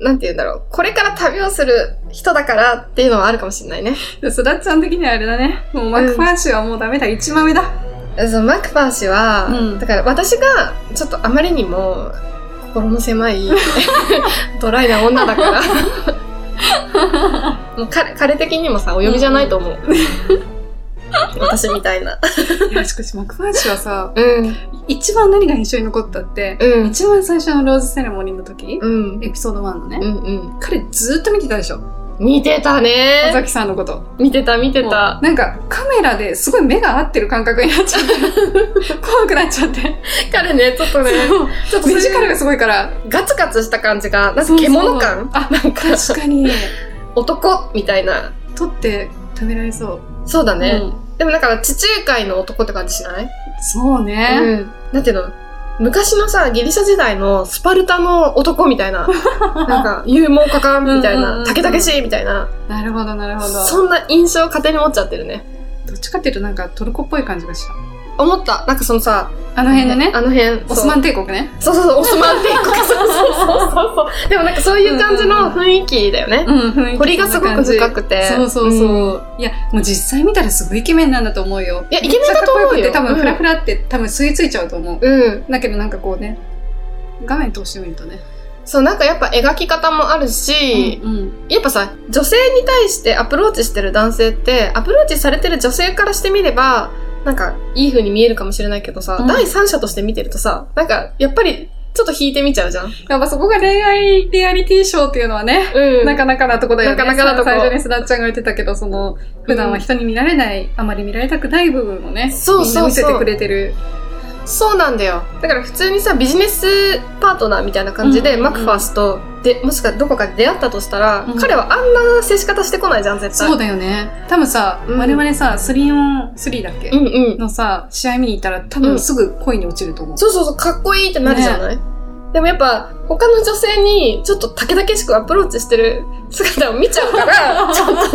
Speaker 1: なんて言うんだろう。これから旅をする人だからっていうのはあるかもしれないね。
Speaker 2: すだっちゃん的にはあれだね。もうマクファーシーはもうダメだ。一番目だ。
Speaker 1: そのマクファー氏は、
Speaker 2: うん
Speaker 1: だから私がちょっとあまりにも心の狭 いドライな女だからもう彼彼的にもさお呼びじゃないと思う、私みたいない
Speaker 2: や、しかしマクファーシーはさ、
Speaker 1: うん
Speaker 2: 一番何が印象に残ったって、
Speaker 1: うん
Speaker 2: 一番最初のローズセレモニーの時、
Speaker 1: うん
Speaker 2: エピソード1のね、
Speaker 1: うんうん
Speaker 2: 彼ずっと見てたでしょ。
Speaker 1: 見てた
Speaker 2: 尾
Speaker 1: ね
Speaker 2: 崎さんのこと。
Speaker 1: 見てた見て
Speaker 2: も
Speaker 1: た
Speaker 2: うなんかカメラですごい目が合ってる感覚になっちゃ って、怖くなっちゃって。
Speaker 1: 彼ねちょっとね
Speaker 2: そう
Speaker 1: ちょっと
Speaker 2: 目
Speaker 1: そう
Speaker 2: 力
Speaker 1: いう
Speaker 2: がすごいから。
Speaker 1: ガツガツした感じがなん
Speaker 2: そ
Speaker 1: か
Speaker 2: うそう
Speaker 1: 獣感
Speaker 2: あ、
Speaker 1: なんか
Speaker 2: 確かに。
Speaker 1: 男みたいな
Speaker 2: 撮って食べられそう。
Speaker 1: そうだね、
Speaker 2: うん
Speaker 1: でもだから地中海の男って感じしない
Speaker 2: そうね。
Speaker 1: うん。なんていうの昔のさ、ギリシャ時代のスパルタの男みたい な、なんか、勇猛果敢みたい
Speaker 2: うんうんうんう
Speaker 1: な、
Speaker 2: ん
Speaker 1: たけたけしいみたいな、
Speaker 2: なるほど、なるほど。
Speaker 1: そんな印象を勝手に持っちゃってるね。
Speaker 2: どっちかっていうとなんかトルコっぽい感じがした。
Speaker 1: 思った。なんかそのさ、
Speaker 2: あの辺のね、
Speaker 1: あの辺。
Speaker 2: オスマ
Speaker 1: ン。
Speaker 2: ン帝国ね。
Speaker 1: そうそうそう、オスマン帝国。そうそうそう そう。でもなんかそういう感じの雰囲気だよね。
Speaker 2: うん、雰囲気
Speaker 1: 堀がすごく深くて。
Speaker 2: そうそうそう。
Speaker 1: ん。
Speaker 2: いや、もう実際見たらすごいイケメンなんだと思うよ。
Speaker 1: いやイケメンだと思うよ
Speaker 2: めっちゃかっこよく
Speaker 1: う
Speaker 2: て多
Speaker 1: ん
Speaker 2: 分フラフラって多分吸い付いちゃうと思う。
Speaker 1: うん。
Speaker 2: だけどなんかこうね、画面通してみるとね。
Speaker 1: そう、なんかやっぱ描き方もあるし、
Speaker 2: うんうん。
Speaker 1: やっぱさ、女性に対してアプローチしてる男性って、アプローチされてる女性からしてみれば、なんか、いい風に見えるかもしれないけどさ、
Speaker 2: うん
Speaker 1: 第三者として見てるとさ、なんか、やっぱり、ちょっと引いてみちゃうじゃん。
Speaker 2: やっぱそこが恋愛リアリティショーっていうのはね、
Speaker 1: う
Speaker 2: なかなかなとこだよね。
Speaker 1: なかなかなとこ
Speaker 2: 最初にすだっちゃんが言ってたけど、その、普段は人に見られない、あまり見られたくない部分をね、
Speaker 1: そうそうそう
Speaker 2: みんな見せてくれてる。
Speaker 1: そうなんだよ。だから普通にさ、ビジネスパートナーみたいな感じで、
Speaker 2: うんうんう
Speaker 1: マ
Speaker 2: ん
Speaker 1: クファースと、で、もしかどこかで出会ったとしたら、
Speaker 2: うん
Speaker 1: 彼はあんな接し方してこないじゃん、絶対。
Speaker 2: そうだよね。多分さ、
Speaker 1: うん
Speaker 2: 我々さ、3 on 3だっけ、
Speaker 1: うんうん。
Speaker 2: のさ、試合見に行ったら多
Speaker 1: うん
Speaker 2: 分すぐ恋に落ちると思う。
Speaker 1: そうそうそう、かっこいいってなるじゃない、でもやっぱ、他の女性に、ちょっとたけだけしくアプローチしてる姿を見ちゃう から、ちょっとなんか、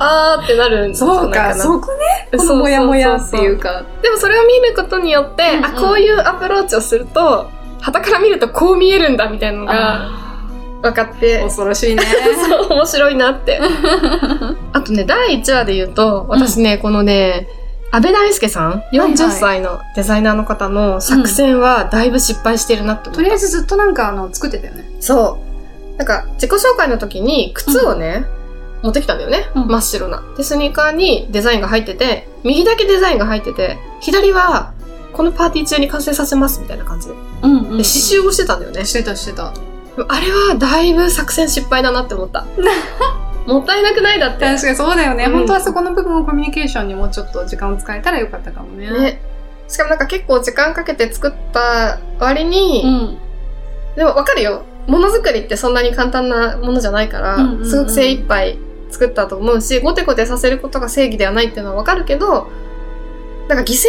Speaker 1: あーってなるんじゃ
Speaker 2: そう
Speaker 1: ないか
Speaker 2: か、
Speaker 1: な。
Speaker 2: そこね。このモヤモヤっていう
Speaker 1: か。
Speaker 2: か。
Speaker 1: でもそれを見ることによって、
Speaker 2: うんうん
Speaker 1: あ、こういうアプローチをすると、旗から見るとこう見えるんだみたいなのが
Speaker 2: あ
Speaker 1: 分かっ
Speaker 2: ー
Speaker 1: て、
Speaker 2: 恐ろし いね。
Speaker 1: そう、面白いな って。あとね、第1話で言うと、私ね、このね、安倍大輔さん、
Speaker 2: はい
Speaker 1: 40歳のデザイナーの方の作戦はだいぶ失敗してるなって思
Speaker 2: と
Speaker 1: った
Speaker 2: りあえずずっとなんかあの、作ってたよね。
Speaker 1: そう。なんか、自己紹介の時に靴をね、持ってきたんだよね、
Speaker 2: うん
Speaker 1: 真っ白な。で、スニーカーにデザインが入ってて、右だけデザインが入ってて、左は、このパーティー中に完成させますみたいな感じで。で、
Speaker 2: うん、うん。
Speaker 1: 刺繍をしてたんだよね。
Speaker 2: してたしてた。
Speaker 1: あれは、だいぶ作戦失敗だなって思 った。もったいなくないだって。
Speaker 2: 確かにそうだよね、
Speaker 1: うん
Speaker 2: 本当はそこの部分をコミュニケーションにもうちょっと時間を使えたらよかったかもね。
Speaker 1: ね。しかもなんか結構時間かけて作った割に、
Speaker 2: うん。
Speaker 1: でもわかるよ。ものづくりってそんなに簡単なものじゃないから、
Speaker 2: うんうんうん
Speaker 1: すごく精一杯作ったと思うし、ゴテゴテさせることが正義ではないっていうのはわかるけど、なんか犠牲にし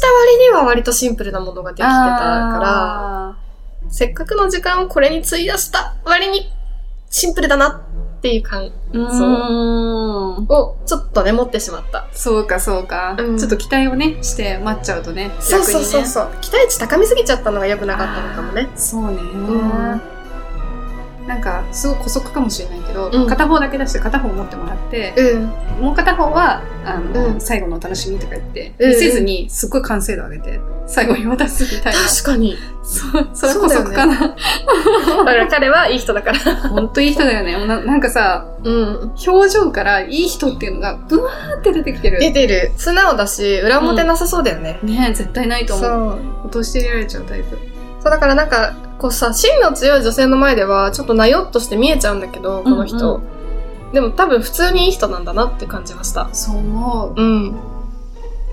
Speaker 1: た割には割とシンプルなものができてたか
Speaker 2: あ
Speaker 1: ら、せっかくの時間をこれに費やした割にシンプルだなっていう感
Speaker 2: ーうーん。
Speaker 1: をちょっとね、持ってしまった。
Speaker 2: そうかそうか、
Speaker 1: うん
Speaker 2: ちょっと期待をね、して待っちゃうとね。
Speaker 1: そうそうそう
Speaker 2: 逆
Speaker 1: そう。期待値高めすぎちゃったのが良くなかったのかも
Speaker 2: に
Speaker 1: ね
Speaker 2: ね。。そうね。なんか、すごい古速かもしれないけど、
Speaker 1: うん
Speaker 2: 片方だけ出して片方持ってもらって、
Speaker 1: うん。
Speaker 2: もう片方は、あの、
Speaker 1: うん
Speaker 2: 最後のお楽しみとか言って、
Speaker 1: うんうん
Speaker 2: 見せずに、すっごい完成度上げて、最後に渡すみた いな。
Speaker 1: 確かに。
Speaker 2: そう、それ古速かな。
Speaker 1: だから彼はいい人だから。
Speaker 2: ほんといい人だよね。もうななんかさ、
Speaker 1: うん。
Speaker 2: 表情からいい人っていうのがブワーって出てきてる。
Speaker 1: 出
Speaker 2: ね
Speaker 1: てる。素直だし、裏表なさそうだよね。
Speaker 2: え絶対ないと思う。
Speaker 1: そう
Speaker 2: 落としてられちゃうタイプ。
Speaker 1: そうだからなんかこうさ芯の強い女性の前ではちょっとなよっとして見えちゃうんだけどこの人、
Speaker 2: うん
Speaker 1: でも多分普通にいい人なんだなって感じました
Speaker 2: そう思う。
Speaker 1: うん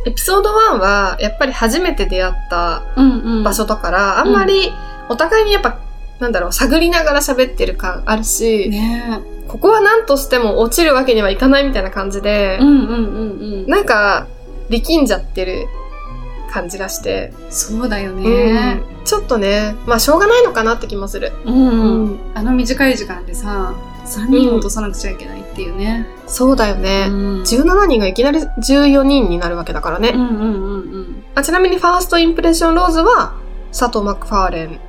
Speaker 1: エピソード1はやっぱり初めて出会った
Speaker 2: うんうん。
Speaker 1: 場所だからあんまりお互いにやっぱなんだろう探りながら喋ってる感あるし、
Speaker 2: ね
Speaker 1: ここは何としても落ちるわけにはいかないみたいな感じで
Speaker 2: え。う、んうんうんうん。
Speaker 1: なんか力んじゃってる感じがして、
Speaker 2: そうだよね。
Speaker 1: うんちょっとねまあしょうがないのかなって気もする、
Speaker 2: うん。あの短い時間でさ、3人落とさなくちゃいけないっていうね。
Speaker 1: そうだよね、
Speaker 2: うん
Speaker 1: 17人がいきなり14人になるわけだからね、
Speaker 2: うんうんうんうん。
Speaker 1: あちなみにファーストインプレッションローズは佐藤マクファーレン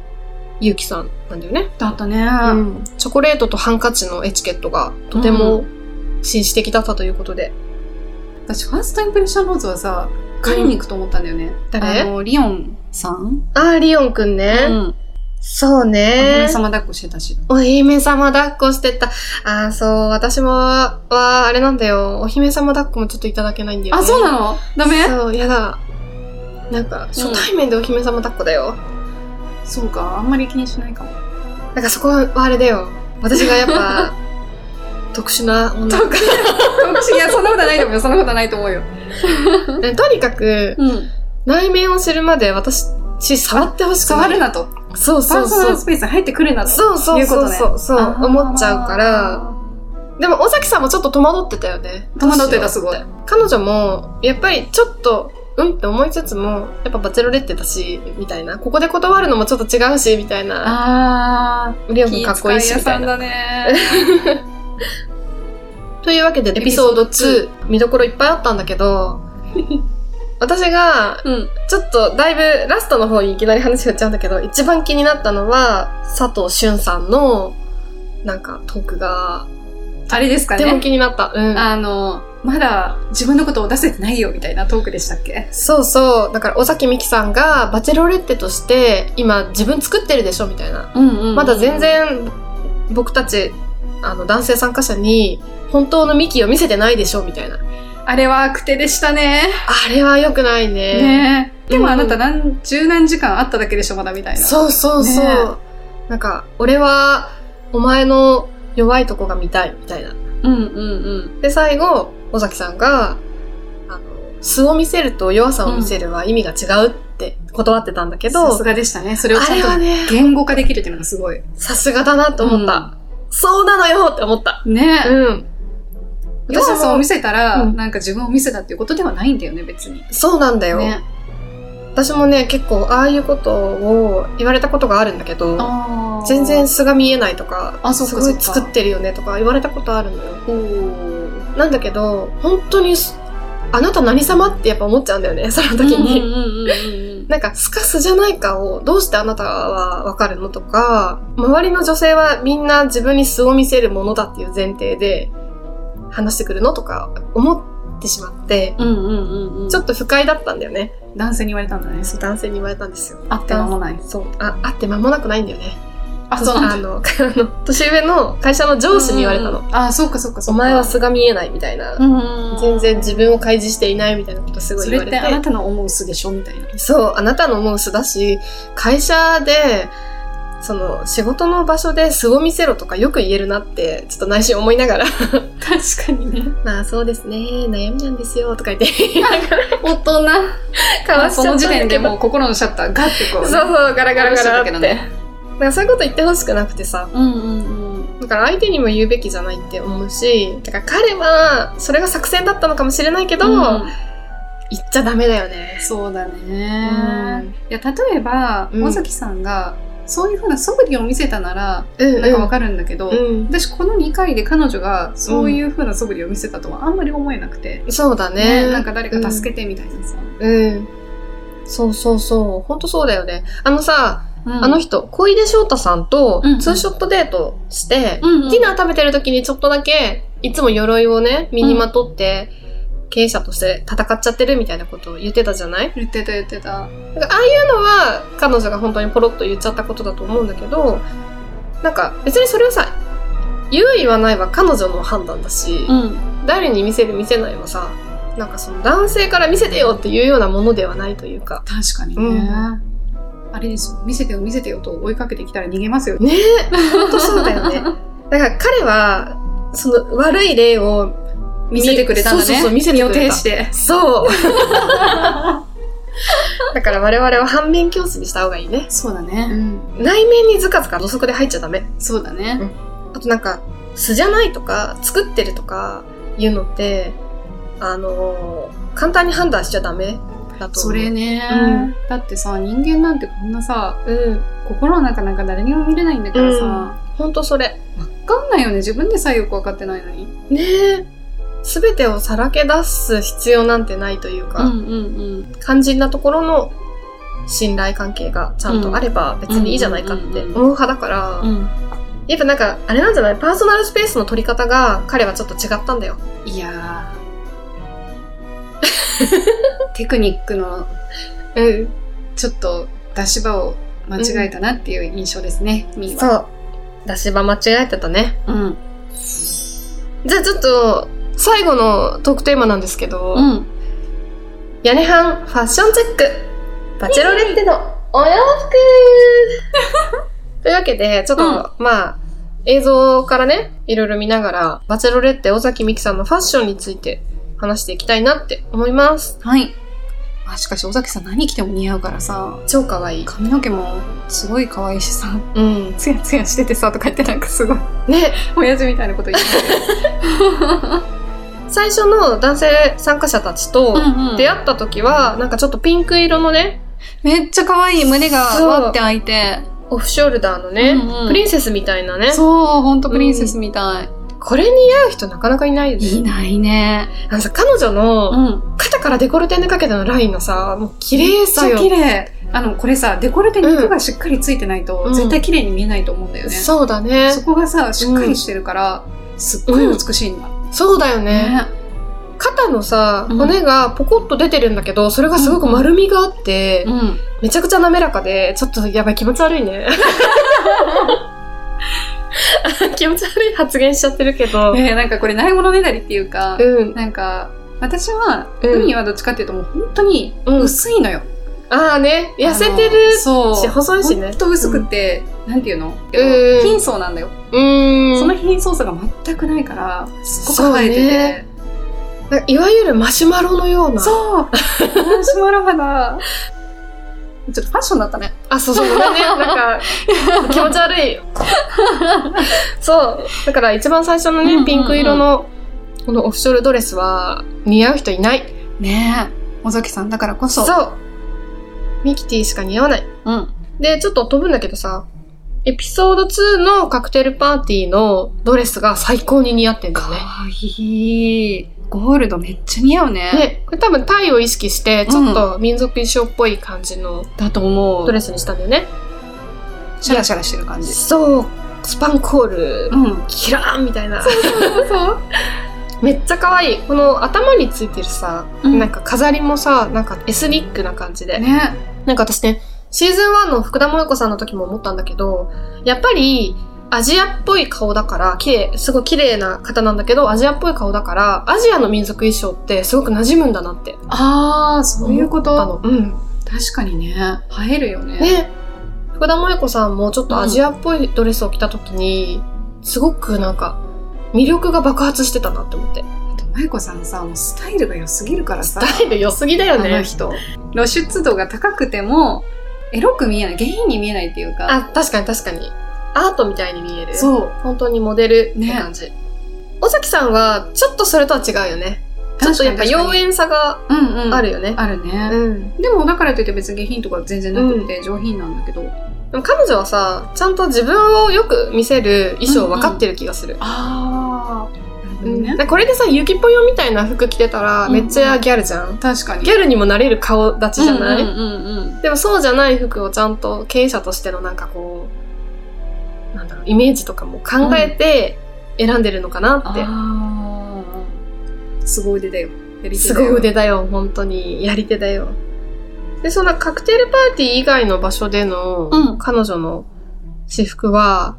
Speaker 1: ゆうきさんなんだよね。
Speaker 2: だったね。
Speaker 1: うんチョコレートとハンカチのエチケットがとても紳士的だったということで。
Speaker 2: 私、ファーストインプレッションローズはさ、借りに行くと思ったんだよね。
Speaker 1: 誰
Speaker 2: あの、リオンさん
Speaker 1: あー、リオンくんね。
Speaker 2: うん。
Speaker 1: そう
Speaker 2: お
Speaker 1: ね
Speaker 2: 姫。様抱っこしてたし。
Speaker 1: お姫様抱っこしてた。あー、そう、私も、は、あれなんだよ。お姫様抱っこもちょっといただけないんだよ、ね。
Speaker 2: あ、そう
Speaker 1: な
Speaker 2: なのダメ
Speaker 1: そう、やだ。なんか、初対面でお姫様抱っこだよ。
Speaker 2: そうか、あんまり気にしないかも。
Speaker 1: なんかそこはあれだよ。私がやっ ぱ、特殊な女。
Speaker 2: 特いや、そんなことはないと思うよ。そんなことはないと思うよ。
Speaker 1: ねとにかく、
Speaker 2: うん。
Speaker 1: 内面を知るまで私、触ってほしく
Speaker 2: 触
Speaker 1: ない。
Speaker 2: るなと。
Speaker 1: そうそ
Speaker 2: パー
Speaker 1: う
Speaker 2: ソナ
Speaker 1: そう
Speaker 2: ル。スペースに入ってくるなと。
Speaker 1: そうそうそう
Speaker 2: いうこ
Speaker 1: そうそう、思っちゃうから。。でも、尾崎さんもちょっと戸惑ってたよね。
Speaker 2: 戸惑ってたすごい
Speaker 1: どうしようって彼女も、やっぱりちょっと、うんって思いつつも、やっぱバチェロレッテだし、みたいな。ここで断るのもちょっと違うし、みたいな。
Speaker 2: あ
Speaker 1: リオ
Speaker 2: ー。
Speaker 1: ンも
Speaker 2: 気
Speaker 1: かっこいいし、
Speaker 2: 遣
Speaker 1: み
Speaker 2: い屋さ
Speaker 1: たいな。
Speaker 2: ん だね。
Speaker 1: というわけで、エピソード2、見どころいっぱいあったんだけ ど、私が、
Speaker 2: うん。
Speaker 1: ちょっとだいぶラストの方にいきなり話振っちゃうんだけど、一番気になったのは、佐藤俊さんの、なんか、トークが、
Speaker 2: あれです
Speaker 1: と
Speaker 2: か
Speaker 1: ても
Speaker 2: ね。
Speaker 1: 気になった。うん。
Speaker 2: あの、まだ自分のことを出せてないよみたいなトークでしたっけ
Speaker 1: そうそう。だから、尾崎美紀さんが、バチェロレッテとして、今、自分作ってるでしょみたいな。
Speaker 2: うんう
Speaker 1: まだ全。然、僕たち、あの、男性参加者に、本当のミキを見せてないでしょみたいな。
Speaker 2: あれは悪手でしたね。
Speaker 1: あれは良くないね。
Speaker 2: ねえ。でもあなた何、十何時間あっただけでしょ、まだみたいな。
Speaker 1: そうそうそう。
Speaker 2: ね
Speaker 1: なんか、俺は、お前の弱いとこが見たい、みたいな。
Speaker 2: うんうん
Speaker 1: で、最後、尾崎さんが、あの、素を見せると弱さを見せるは意味が違うって断ってたんだけ
Speaker 2: うん。
Speaker 1: ど、
Speaker 2: さすがでしたね。それをち
Speaker 1: あれ
Speaker 2: ゃ
Speaker 1: は
Speaker 2: んと
Speaker 1: ね、
Speaker 2: 言語化できるっていうのがすごい。
Speaker 1: さすがだなと思った。そうなのよって思った。
Speaker 2: うん。ねえ。
Speaker 1: うん。
Speaker 2: 私はそう見せたら、
Speaker 1: うん
Speaker 2: なんか自分を見せたっていうことではないんだよね、別に。
Speaker 1: そうなんだよ。
Speaker 2: ね。
Speaker 1: 私もね、結構ああいうことを言われたことがあるんだけど、
Speaker 2: あー
Speaker 1: 全然素が見えないとか、
Speaker 2: あそうか
Speaker 1: すご
Speaker 2: そう
Speaker 1: い
Speaker 2: か
Speaker 1: 作ってるよねとか言われたことあるのよ。
Speaker 2: こう。
Speaker 1: なんだけど、本当にす、あなた何様ってやっぱ思っちゃうんだよね、そ の時に。
Speaker 2: うんうんうんうん うん。
Speaker 1: なんか、スカスじゃないかを、どうしてあなたはわかるのとか、周りの女性はみんな自分に素を見せるものだっていう前提で話してくるのとか思ってしまって、
Speaker 2: うんうんうんうん。
Speaker 1: ちょっと不快だったんだよね。
Speaker 2: 男性に言われたんだね。
Speaker 1: そう、男性に言われたんですよ。
Speaker 2: あって間もない。
Speaker 1: そう、あ、会って間もなくないんだよね。
Speaker 2: あ
Speaker 1: あの、あの、 年上の会社の上司に言われたの。
Speaker 2: うんうんうんあ、そうかそうかそ
Speaker 1: お
Speaker 2: うか。
Speaker 1: 前は素が見えないみたいな。
Speaker 2: うんうんうん。
Speaker 1: 全然自分を開示していないみたいなことすごい
Speaker 2: そ
Speaker 1: 言わ
Speaker 2: れっ
Speaker 1: れ
Speaker 2: て
Speaker 1: て。
Speaker 2: あなたの思う素でしょみたいな。
Speaker 1: そう、あなたの思う素だし、会社で、その、仕事の場所で素を見せろとかよく言えるなって、ちょっと内心思いな がら、
Speaker 2: 確かにね。
Speaker 1: まあそうですね、悩みなんですよ、とか言って言いながら、
Speaker 2: 大人。
Speaker 1: かわし
Speaker 2: そ
Speaker 1: ちゃ
Speaker 2: の
Speaker 1: っ
Speaker 2: 時
Speaker 1: たん
Speaker 2: 点
Speaker 1: だ
Speaker 2: で
Speaker 1: け
Speaker 2: も
Speaker 1: ど。
Speaker 2: う心のシャッターガッて
Speaker 1: そ
Speaker 2: こ
Speaker 1: う
Speaker 2: う。
Speaker 1: そう、ガラガラガラって。
Speaker 2: 下ろしちゃったけど
Speaker 1: だ
Speaker 2: ね
Speaker 1: からそういうこと言ってほしくなくてさ、
Speaker 2: うんうんうん。
Speaker 1: だから相手にも言うべきじゃないって思うし、だから彼は、それが作戦だったのかもしれないけど、
Speaker 2: うん
Speaker 1: 言っちゃダメだよね。
Speaker 2: そうだ
Speaker 1: う
Speaker 2: ね。
Speaker 1: ん。
Speaker 2: いや、例えば、
Speaker 1: うん
Speaker 2: 尾崎さんが、そういうふうな素振りを見せたなら、
Speaker 1: うん。
Speaker 2: なんかわかるんだけど、
Speaker 1: うん。
Speaker 2: 私この2回で彼女がそういうふうな素振りを見せたとはあんまり思えなくて、
Speaker 1: そうだね。
Speaker 2: ねなんか誰か助けてみたいなさ、
Speaker 1: うん。そうそうそう。ほんとそうだよね。あのさ、
Speaker 2: うん
Speaker 1: あの人、小出翔太さんと
Speaker 2: うんうん
Speaker 1: ツーショットデートして、
Speaker 2: うんうん
Speaker 1: ディナー食べてる時にちょっとだけ、いつも鎧をね、身にまとって、経営者として戦っちゃってるみたいなことを言ってたじゃない
Speaker 2: 言ってた言って
Speaker 1: な
Speaker 2: た
Speaker 1: んかああいうのは彼女が本当にポロッと言っちゃったことだと思うんだけど、なんか別にそれをさ、言う言わないは彼女の判断だし、
Speaker 2: うん
Speaker 1: 誰に見せる見せないはさ、なんかその男性から見せてよっていうようなものではないというか、
Speaker 2: 確かにね、
Speaker 1: うん
Speaker 2: あれですよ見せてよ見せてよと追いかけてきたら逃げますよ
Speaker 1: ねえ、ほんとそうだよ ね。だから彼は、その悪い例を、
Speaker 2: 見せてくれたんだね
Speaker 1: そうそうそう見せてくれた
Speaker 2: 身を挺して
Speaker 1: そう。だから我々は反面教師にした方がいいね。
Speaker 2: そうだね、
Speaker 1: 内面にずかずか土足で入っちゃダメ。
Speaker 2: そうだね、
Speaker 1: あとなんか、素じゃないとか、作ってるとかいうのって、あのー簡単に判断しちゃダメだと思う。
Speaker 2: それね、
Speaker 1: うん
Speaker 2: だってさ人間なんてこんなさ
Speaker 1: うん。
Speaker 2: 心の中なんか誰にも見れないんだからさ、
Speaker 1: ほんとそれ。
Speaker 2: 分かんないよね自分でさえよく分かってないのに
Speaker 1: ねえ。すべてをさらけ出す必要なんてないというか、
Speaker 2: うんうん
Speaker 1: 肝心なところの信頼関係がちゃんとあれば別にいいじゃないかって思う派だから、
Speaker 2: うん。
Speaker 1: やっぱなんか、あれなんじゃないパーソナルスペースの取り方が彼はちょっと違ったんだよ。
Speaker 2: い やーテクニックの
Speaker 1: うん。
Speaker 2: ちょっと出し場を間違えたなっていう印象ですね、みーは。
Speaker 1: そう。出し場間違えてたね。
Speaker 2: うん。
Speaker 1: じゃあちょっと、最後のトークテーマなんですけど、
Speaker 2: うん。
Speaker 1: 屋根班ファッションチェックバチェロレッテのお洋 服というわけで、ちょっと、まあ、映像からね、いろいろ見ながら、バチェロレッテ尾崎美紀さんのファッションについて話していきたいなって思います。
Speaker 2: はい。あ、しかし、尾崎さん何着ても似合うからさ、
Speaker 1: 超可愛い。
Speaker 2: 髪の毛もすごい可愛いしさ、
Speaker 1: うん。
Speaker 2: ツヤツヤしててさ、とか言ってなんかすごい、
Speaker 1: ね、
Speaker 2: 親父みたいなこと言って
Speaker 1: 最初の男性参加者たちと
Speaker 2: た。うんうん
Speaker 1: 出会った時は、なんかちょっとピンク色のね、
Speaker 2: めっちゃ可愛い胸が
Speaker 1: そう
Speaker 2: わって開いて。
Speaker 1: オフショルダーのね、
Speaker 2: うんうん
Speaker 1: プリンセスみたいなね。
Speaker 2: そう、ほんとプリンセスみたい。
Speaker 1: これ似合う人なかなかいないよね。
Speaker 2: いないね。
Speaker 1: あのさ、彼女の、
Speaker 2: うん。
Speaker 1: 肩からデコルテにかけてのラインのさ、もう綺麗さ
Speaker 2: めっちゃ
Speaker 1: よ。
Speaker 2: 綺麗。あの、これさ、デコルテ肉がしっかりついてないと、
Speaker 1: うん
Speaker 2: 絶対綺麗に見えないと思うんだよね。
Speaker 1: そうだね
Speaker 2: そ。こがさ、しっかりしてるから、すっごい美しいんだ。
Speaker 1: そうだよね。肩のさ、
Speaker 2: うん
Speaker 1: 骨がポコッと出てるんだけど、それがすごく丸みがあって、
Speaker 2: うん。
Speaker 1: めちゃくちゃ滑らかで、ちょっとやばい気持ち悪いね。気持ち悪い発言しちゃってるけど。
Speaker 2: えーなんかこれないものねだりっていうか、
Speaker 1: うん。
Speaker 2: なんか、私は、
Speaker 1: うん
Speaker 2: 海はどっちかっていうともう本当に
Speaker 1: うん
Speaker 2: 薄いのよ。
Speaker 1: ああね、痩せてる
Speaker 2: あのそう。
Speaker 1: し、細いしね
Speaker 2: ほん。と薄くて、なんていうの
Speaker 1: うん
Speaker 2: 貧相なんだよ。
Speaker 1: うーん。
Speaker 2: その貧相さが全くないから、すっごく生えて
Speaker 1: そう
Speaker 2: て
Speaker 1: ね。なんかいわゆるマシュマロのような。
Speaker 2: そうマシュマロ肌。ちょっとファッションだったね。
Speaker 1: あ、そうそう、ごめんね。 なんか、気持ち悪い。そう。だから一番最初の
Speaker 2: うんうんう
Speaker 1: ね、
Speaker 2: ん
Speaker 1: ピンク色の、このオフショルドレスは、似合う人いない。
Speaker 2: ねえ。尾崎さんだからこそ。
Speaker 1: そう。ミキティしか似合わない。
Speaker 2: うん。
Speaker 1: で、ちょっと飛ぶんだけどさ、エピソード2のカクテルパーティーのドレスが最高に似合ってんだよ
Speaker 2: か
Speaker 1: ね。
Speaker 2: わいい。ゴールドめっちゃ似合うね。
Speaker 1: ね、これ多分タイを意識して、ちょっと民族衣装っぽい感じの
Speaker 2: だと思う。
Speaker 1: ドレスにしたんだよね。
Speaker 2: シャラシャラしてる感じ。
Speaker 1: そう、スパンコール、
Speaker 2: ん。そう
Speaker 1: キラーンみたいな。
Speaker 2: そう。
Speaker 1: めっちゃ可愛いこの頭についてるさ、
Speaker 2: うん
Speaker 1: なんか飾りもさなんかエスニックな感じで、
Speaker 2: ね
Speaker 1: なんか私ねシーズン1の福田萌子さんの時も思ったんだけどやっぱりアジアっぽい顔だから綺麗すごい綺麗な方なんだけどアジアっぽい顔だからアジアの民族衣装ってすごく馴染むんだなって
Speaker 2: ああ、そういうこ
Speaker 1: あ
Speaker 2: と。
Speaker 1: のうん
Speaker 2: 確かにね。映えるよね。
Speaker 1: ね福田萌子さんもちょっとアジアっぽいドレスを着た時に、すごくなんか魅力が爆発してたなって思って
Speaker 2: あと、まゆこさんさ、もうスタイルが良すぎるから
Speaker 1: ス
Speaker 2: さ。
Speaker 1: タイル良すぎだよ
Speaker 2: あの
Speaker 1: ね
Speaker 2: 人。露出度が高くても、エロく見えない。下品に見えないっていうか。
Speaker 1: あ、確かに確かに。アートみたいに見える。う。
Speaker 2: そう。
Speaker 1: 本当にモデルって感じ。尾崎さんは、ちょっとそれとは違うよね。ちょっとやっぱ妖艶さが
Speaker 2: 確かに確かにうんうん、
Speaker 1: あるよね。
Speaker 2: あるね、
Speaker 1: うん。
Speaker 2: でもだからといって別に下品とか全然なくて上品なんだけど、
Speaker 1: でも彼女はさ、ちゃんと自分をよく見せる衣装を分かってる気がする。
Speaker 2: ああなるほどね、
Speaker 1: うんこれでさ、ゆきぽよみたいな服着てたら、
Speaker 2: うん
Speaker 1: めっちゃギャルじゃん。
Speaker 2: 確かに
Speaker 1: ギャルにもなれる顔立ちじゃない、
Speaker 2: うんうんうんうん
Speaker 1: でもそうじゃない服をちゃんと経営者としてのなんかこう、なんだろう、イメージとかも考えて選んでるのかなって
Speaker 2: ああすごい腕だよやり手
Speaker 1: す
Speaker 2: だ
Speaker 1: ご
Speaker 2: よ
Speaker 1: い腕だよ、本当に。やり手だよ。で、そんなカクテルパーティー以外の場所での、
Speaker 2: うん
Speaker 1: 彼女の私服は、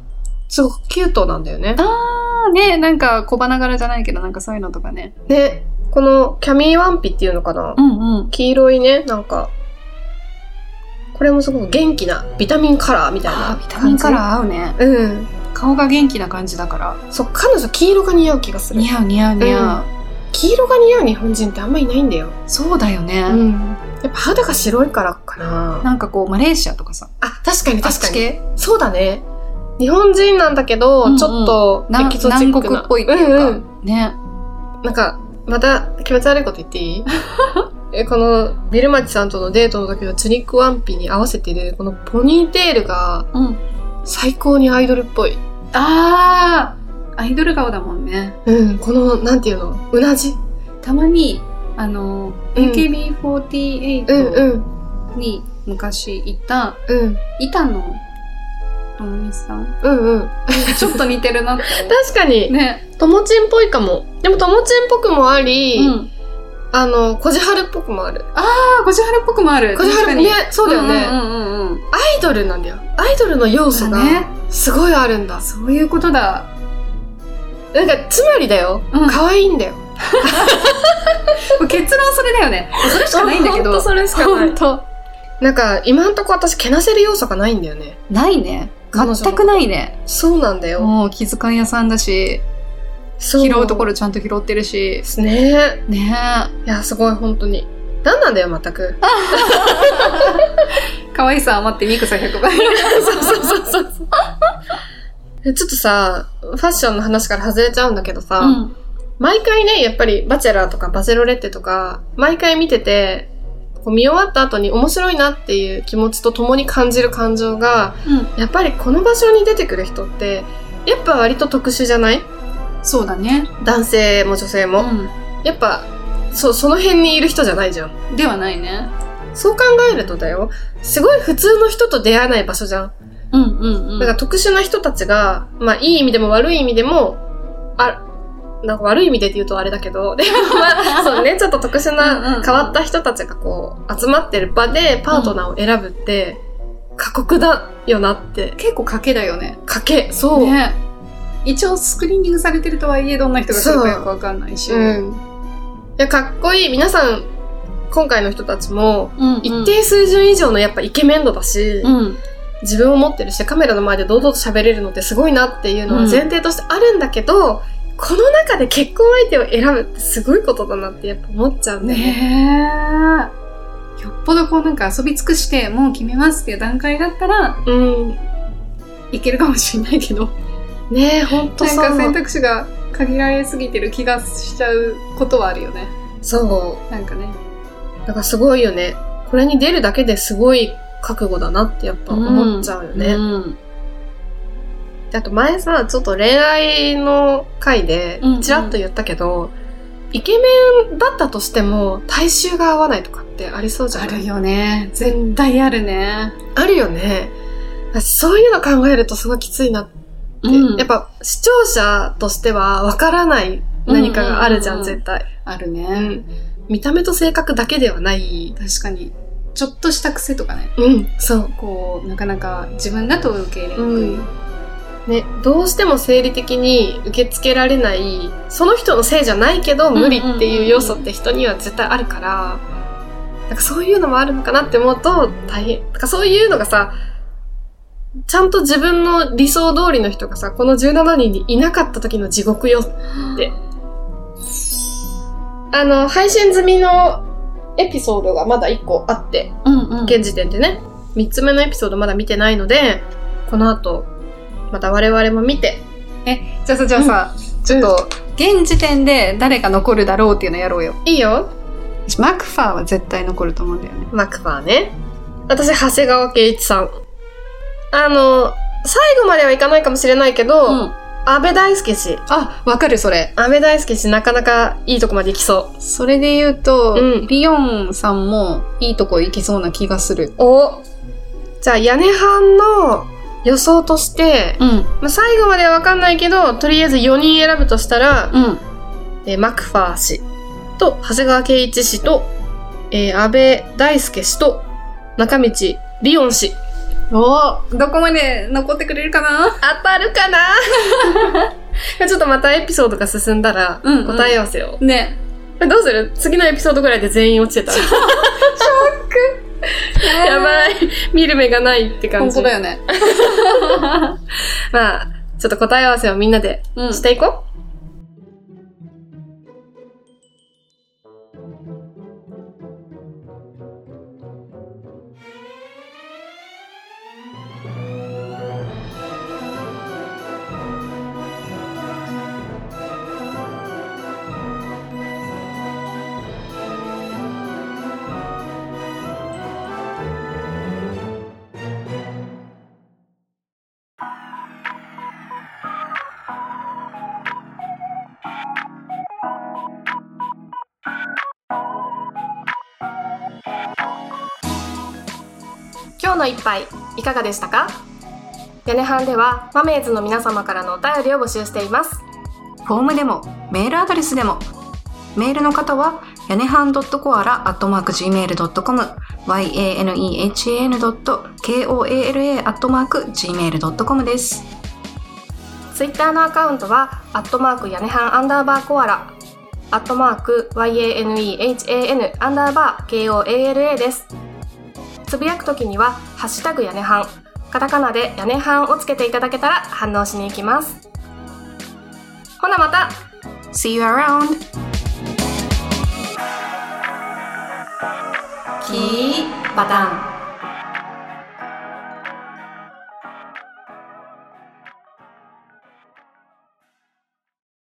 Speaker 1: すごくキュートなんだよね。
Speaker 2: ああねなんか小花柄じゃないけどなんかそういうのとかね
Speaker 1: で、このキャミーワンピっていうのかな、
Speaker 2: んうん
Speaker 1: 黄色いね、なんか、これもすごく元気な、ビタミンカラーみたいな
Speaker 2: あ
Speaker 1: 感
Speaker 2: ー
Speaker 1: じ。
Speaker 2: ビタミンカラー合うね
Speaker 1: ーうん。
Speaker 2: 顔が元気な感じだから
Speaker 1: そう、彼女黄色が似合う気がする
Speaker 2: 似。合う似合う似合
Speaker 1: 黄色が似合う日本人ってあんまいないんだよ。
Speaker 2: う、そうだよね、
Speaker 1: うん。やっぱ肌が白いからかな。
Speaker 2: なんかこうマレーシアとかさ
Speaker 1: あ、確かに確かに。
Speaker 2: に
Speaker 1: そうだね。日本人なんだけど、
Speaker 2: うんうん
Speaker 1: ちょっとエ
Speaker 2: 南
Speaker 1: キゾチッ
Speaker 2: 南
Speaker 1: クな
Speaker 2: 国っぽいっていうか、
Speaker 1: ん
Speaker 2: ね
Speaker 1: んなんか、また気持ち悪いこと言ってい いえこのビルマチさんとのデートの時のチュニックワンピに合わせてるこのポニーテールが
Speaker 2: うん
Speaker 1: 最高にアイドルっぽい。
Speaker 2: ああアイドル顔だもんね
Speaker 1: うん、この、なんていうのうなじ
Speaker 2: たまにあの
Speaker 1: うん
Speaker 2: AKB48
Speaker 1: うんうん。
Speaker 2: に昔いた、
Speaker 1: うん。
Speaker 2: 板野友美さん
Speaker 1: うんうん。
Speaker 2: ちょっと似てるなって
Speaker 1: 確かに、
Speaker 2: 思う。ね。
Speaker 1: ともちんっぽいかも。でもともちんっぽくもあり、
Speaker 2: うん。
Speaker 1: あの、こじはるっぽくもある。
Speaker 2: あ、こじはるっぽくもある。
Speaker 1: こじはる、
Speaker 2: 確か
Speaker 1: ね
Speaker 2: に。、
Speaker 1: そうだよね、
Speaker 2: うんうんうんうんう
Speaker 1: ア
Speaker 2: ん。
Speaker 1: イドルなんだよ。アイドルの要素
Speaker 2: そう
Speaker 1: が
Speaker 2: だね。
Speaker 1: すごいあるんだ。
Speaker 2: そういうことだ。
Speaker 1: なんか、つまりだよ。
Speaker 2: うん
Speaker 1: 可愛いんだよ。
Speaker 2: これ結論それだよね。それしかないんだけ
Speaker 1: ほ
Speaker 2: ど。
Speaker 1: とそれしかない
Speaker 2: 本。当
Speaker 1: なんか、今んとこ私、けなせる要素がないんだよね。
Speaker 2: ないね。全くないね。
Speaker 1: そうなんだよ。
Speaker 2: もう気遣い屋さんだし、
Speaker 1: そう
Speaker 2: 拾うところちゃんと拾ってるし
Speaker 1: で。すね。
Speaker 2: ね
Speaker 1: いや、すごい、本当に。なんなんだよ、全く。
Speaker 2: え。可愛さ余ってミクさ100倍。
Speaker 1: そうそうそうそうそう。で ちょっとさ、ファッションの話から外れちゃうんだけどさ、
Speaker 2: うん
Speaker 1: 毎回ね、やっぱりバチェラーとかバチェロレッテとか、毎回見てて、こう見終わった後に面白いなっていう気持ちと共に感じる感情が、
Speaker 2: うん
Speaker 1: やっぱりこの場所に出てくる人って、やっぱ割と特殊じゃない
Speaker 2: そうだね。
Speaker 1: 男性も女性も。
Speaker 2: う
Speaker 1: やっぱ、そう、その辺にいる人じゃないじゃん。
Speaker 2: ん。ではないね。
Speaker 1: そう考えるとだよ、すごい普通の人と出会えない場所じゃん。
Speaker 2: うんうんうん。
Speaker 1: だから特殊な人たちが、まあいい意味でも悪い意味でも、あ、なんか悪い意味でって言うとあれだけど、でもまあ、そうね、ちょっと特殊
Speaker 2: うんうんう
Speaker 1: なん変わった人たちがこう、集まってる場でパートナーを選ぶって、過酷だよなって。
Speaker 2: 結構賭けだよね。
Speaker 1: 賭け、そう。
Speaker 2: ね一応スクリーニングされてるとはいえどんな人が来るかよくわかんないし。
Speaker 1: うん。いや、かっこいい。皆さん、今回の人たちも、
Speaker 2: うんうん
Speaker 1: 一定水準以上のやっぱイケメン度だし、
Speaker 2: うん。
Speaker 1: 自分を持ってるし、カメラの前で堂々と喋れるのってすごいなっていうのは前提としてあるんだけど、この中で結婚相手を選ぶってすごいことだなってやっぱ思っちゃうね。
Speaker 2: ねえ。よっぽどこうなんか遊び尽くして、もう決めますっていう段階だったら
Speaker 1: うん。
Speaker 2: いけるかもしれないけ ど、
Speaker 1: ねえ、ほんと
Speaker 2: なん
Speaker 1: そう
Speaker 2: か選択肢が限られすぎてる気がしちゃうことはあるよね。
Speaker 1: そ
Speaker 2: なんかね。
Speaker 1: う。だからすごいよね。これに出るだけですごい覚悟だなってやっぱ思っちゃうよね。
Speaker 2: うん。
Speaker 1: であと前さ、ちょっと恋愛の回で
Speaker 2: うんう、ん
Speaker 1: ちらっと言ったけど、イケメンだったとしても、体臭が合わないとかってありそうじゃな
Speaker 2: あ
Speaker 1: い
Speaker 2: るよね。絶対あるね。
Speaker 1: あるよね。そういうの考えるとすごいきついなって。
Speaker 2: うん
Speaker 1: やっぱ視聴者としてはわからない何かがあるじゃん、
Speaker 2: うんうんうんうん
Speaker 1: 絶対。
Speaker 2: ある
Speaker 1: う
Speaker 2: ね。
Speaker 1: ん。見た目と性格だけではない。
Speaker 2: 確かに。ちょっとした癖とかね。
Speaker 1: うん、そう。
Speaker 2: こう、なかなか自分だと受け入れにくい。
Speaker 1: うんね、どうしても生理的に受け付けられない、その人のせいじゃないけど無理っていう要素って人には絶対あるから、なんかそういうのもあるのかなって思うと大変。なんかそういうのがさ、ちゃんと自分の理想通りの人がさ、この17人にいなかった時の地獄よって。あの、配信済みのエピソードがまだ1個あって、
Speaker 2: うんうん。
Speaker 1: 現時点でね、3つ目のエピソードまだ見てないので、この後、また我々も見て、
Speaker 2: じゃあさ、じゃあさ、
Speaker 1: ちょっと、
Speaker 2: 現時点で誰が残るだろうっていうのやろうよ。
Speaker 1: いいよ、
Speaker 2: 私マクファーは絶対残ると思うんだよね。
Speaker 1: マクファーね。私、長谷川圭一さん。あの、最後まではいかないかもしれないけど、
Speaker 2: うん。
Speaker 1: 安倍大輔氏。
Speaker 2: あ、わかるそれ。
Speaker 1: 安倍大輔氏、なかなかいいとこまで行きそう。
Speaker 2: それで言うと、
Speaker 1: うん
Speaker 2: リオンさんもいいとこ行きそうな気がする。
Speaker 1: おじゃあ、屋根班の予想として、
Speaker 2: うん。
Speaker 1: まあ、最後まではわかんないけど、とりあえず4人選ぶとしたら、
Speaker 2: うん。
Speaker 1: えーマクファー氏と長谷川圭一氏と、えー安倍大輔氏と中道リオン氏。
Speaker 2: おどこまで残ってくれるかな
Speaker 1: 当たるかな ちょっとまたエピソードが進んだら
Speaker 2: うんうん
Speaker 1: 答え合わせを。
Speaker 2: ね。
Speaker 1: どうする次のエピソードぐらいで全員落ち てた。 やばい。見る目がないって感
Speaker 2: 本
Speaker 1: じ。
Speaker 2: 当だよね。
Speaker 1: まあ、ちょっと答え合わせをみんなで
Speaker 2: う
Speaker 1: していこ今日の一杯いかがでしたか屋根班ではマメーズの皆様からのお便りを募集しています
Speaker 2: フォームでもメールアドレスでもメールの方は屋根はん .coala.gmail.com yanehan.koala.gmail.com です
Speaker 1: ツイッターのアカウントは、アットマーク屋根半アンダーバーコアラ、アットマーク YANEHAN アンダーバー KOALA です。つぶやくときには、ハッシュタグ屋根半、カタカナで屋根半をつけていただけたら反応しに行きます。ほなまた
Speaker 2: See you around!
Speaker 1: キーバタン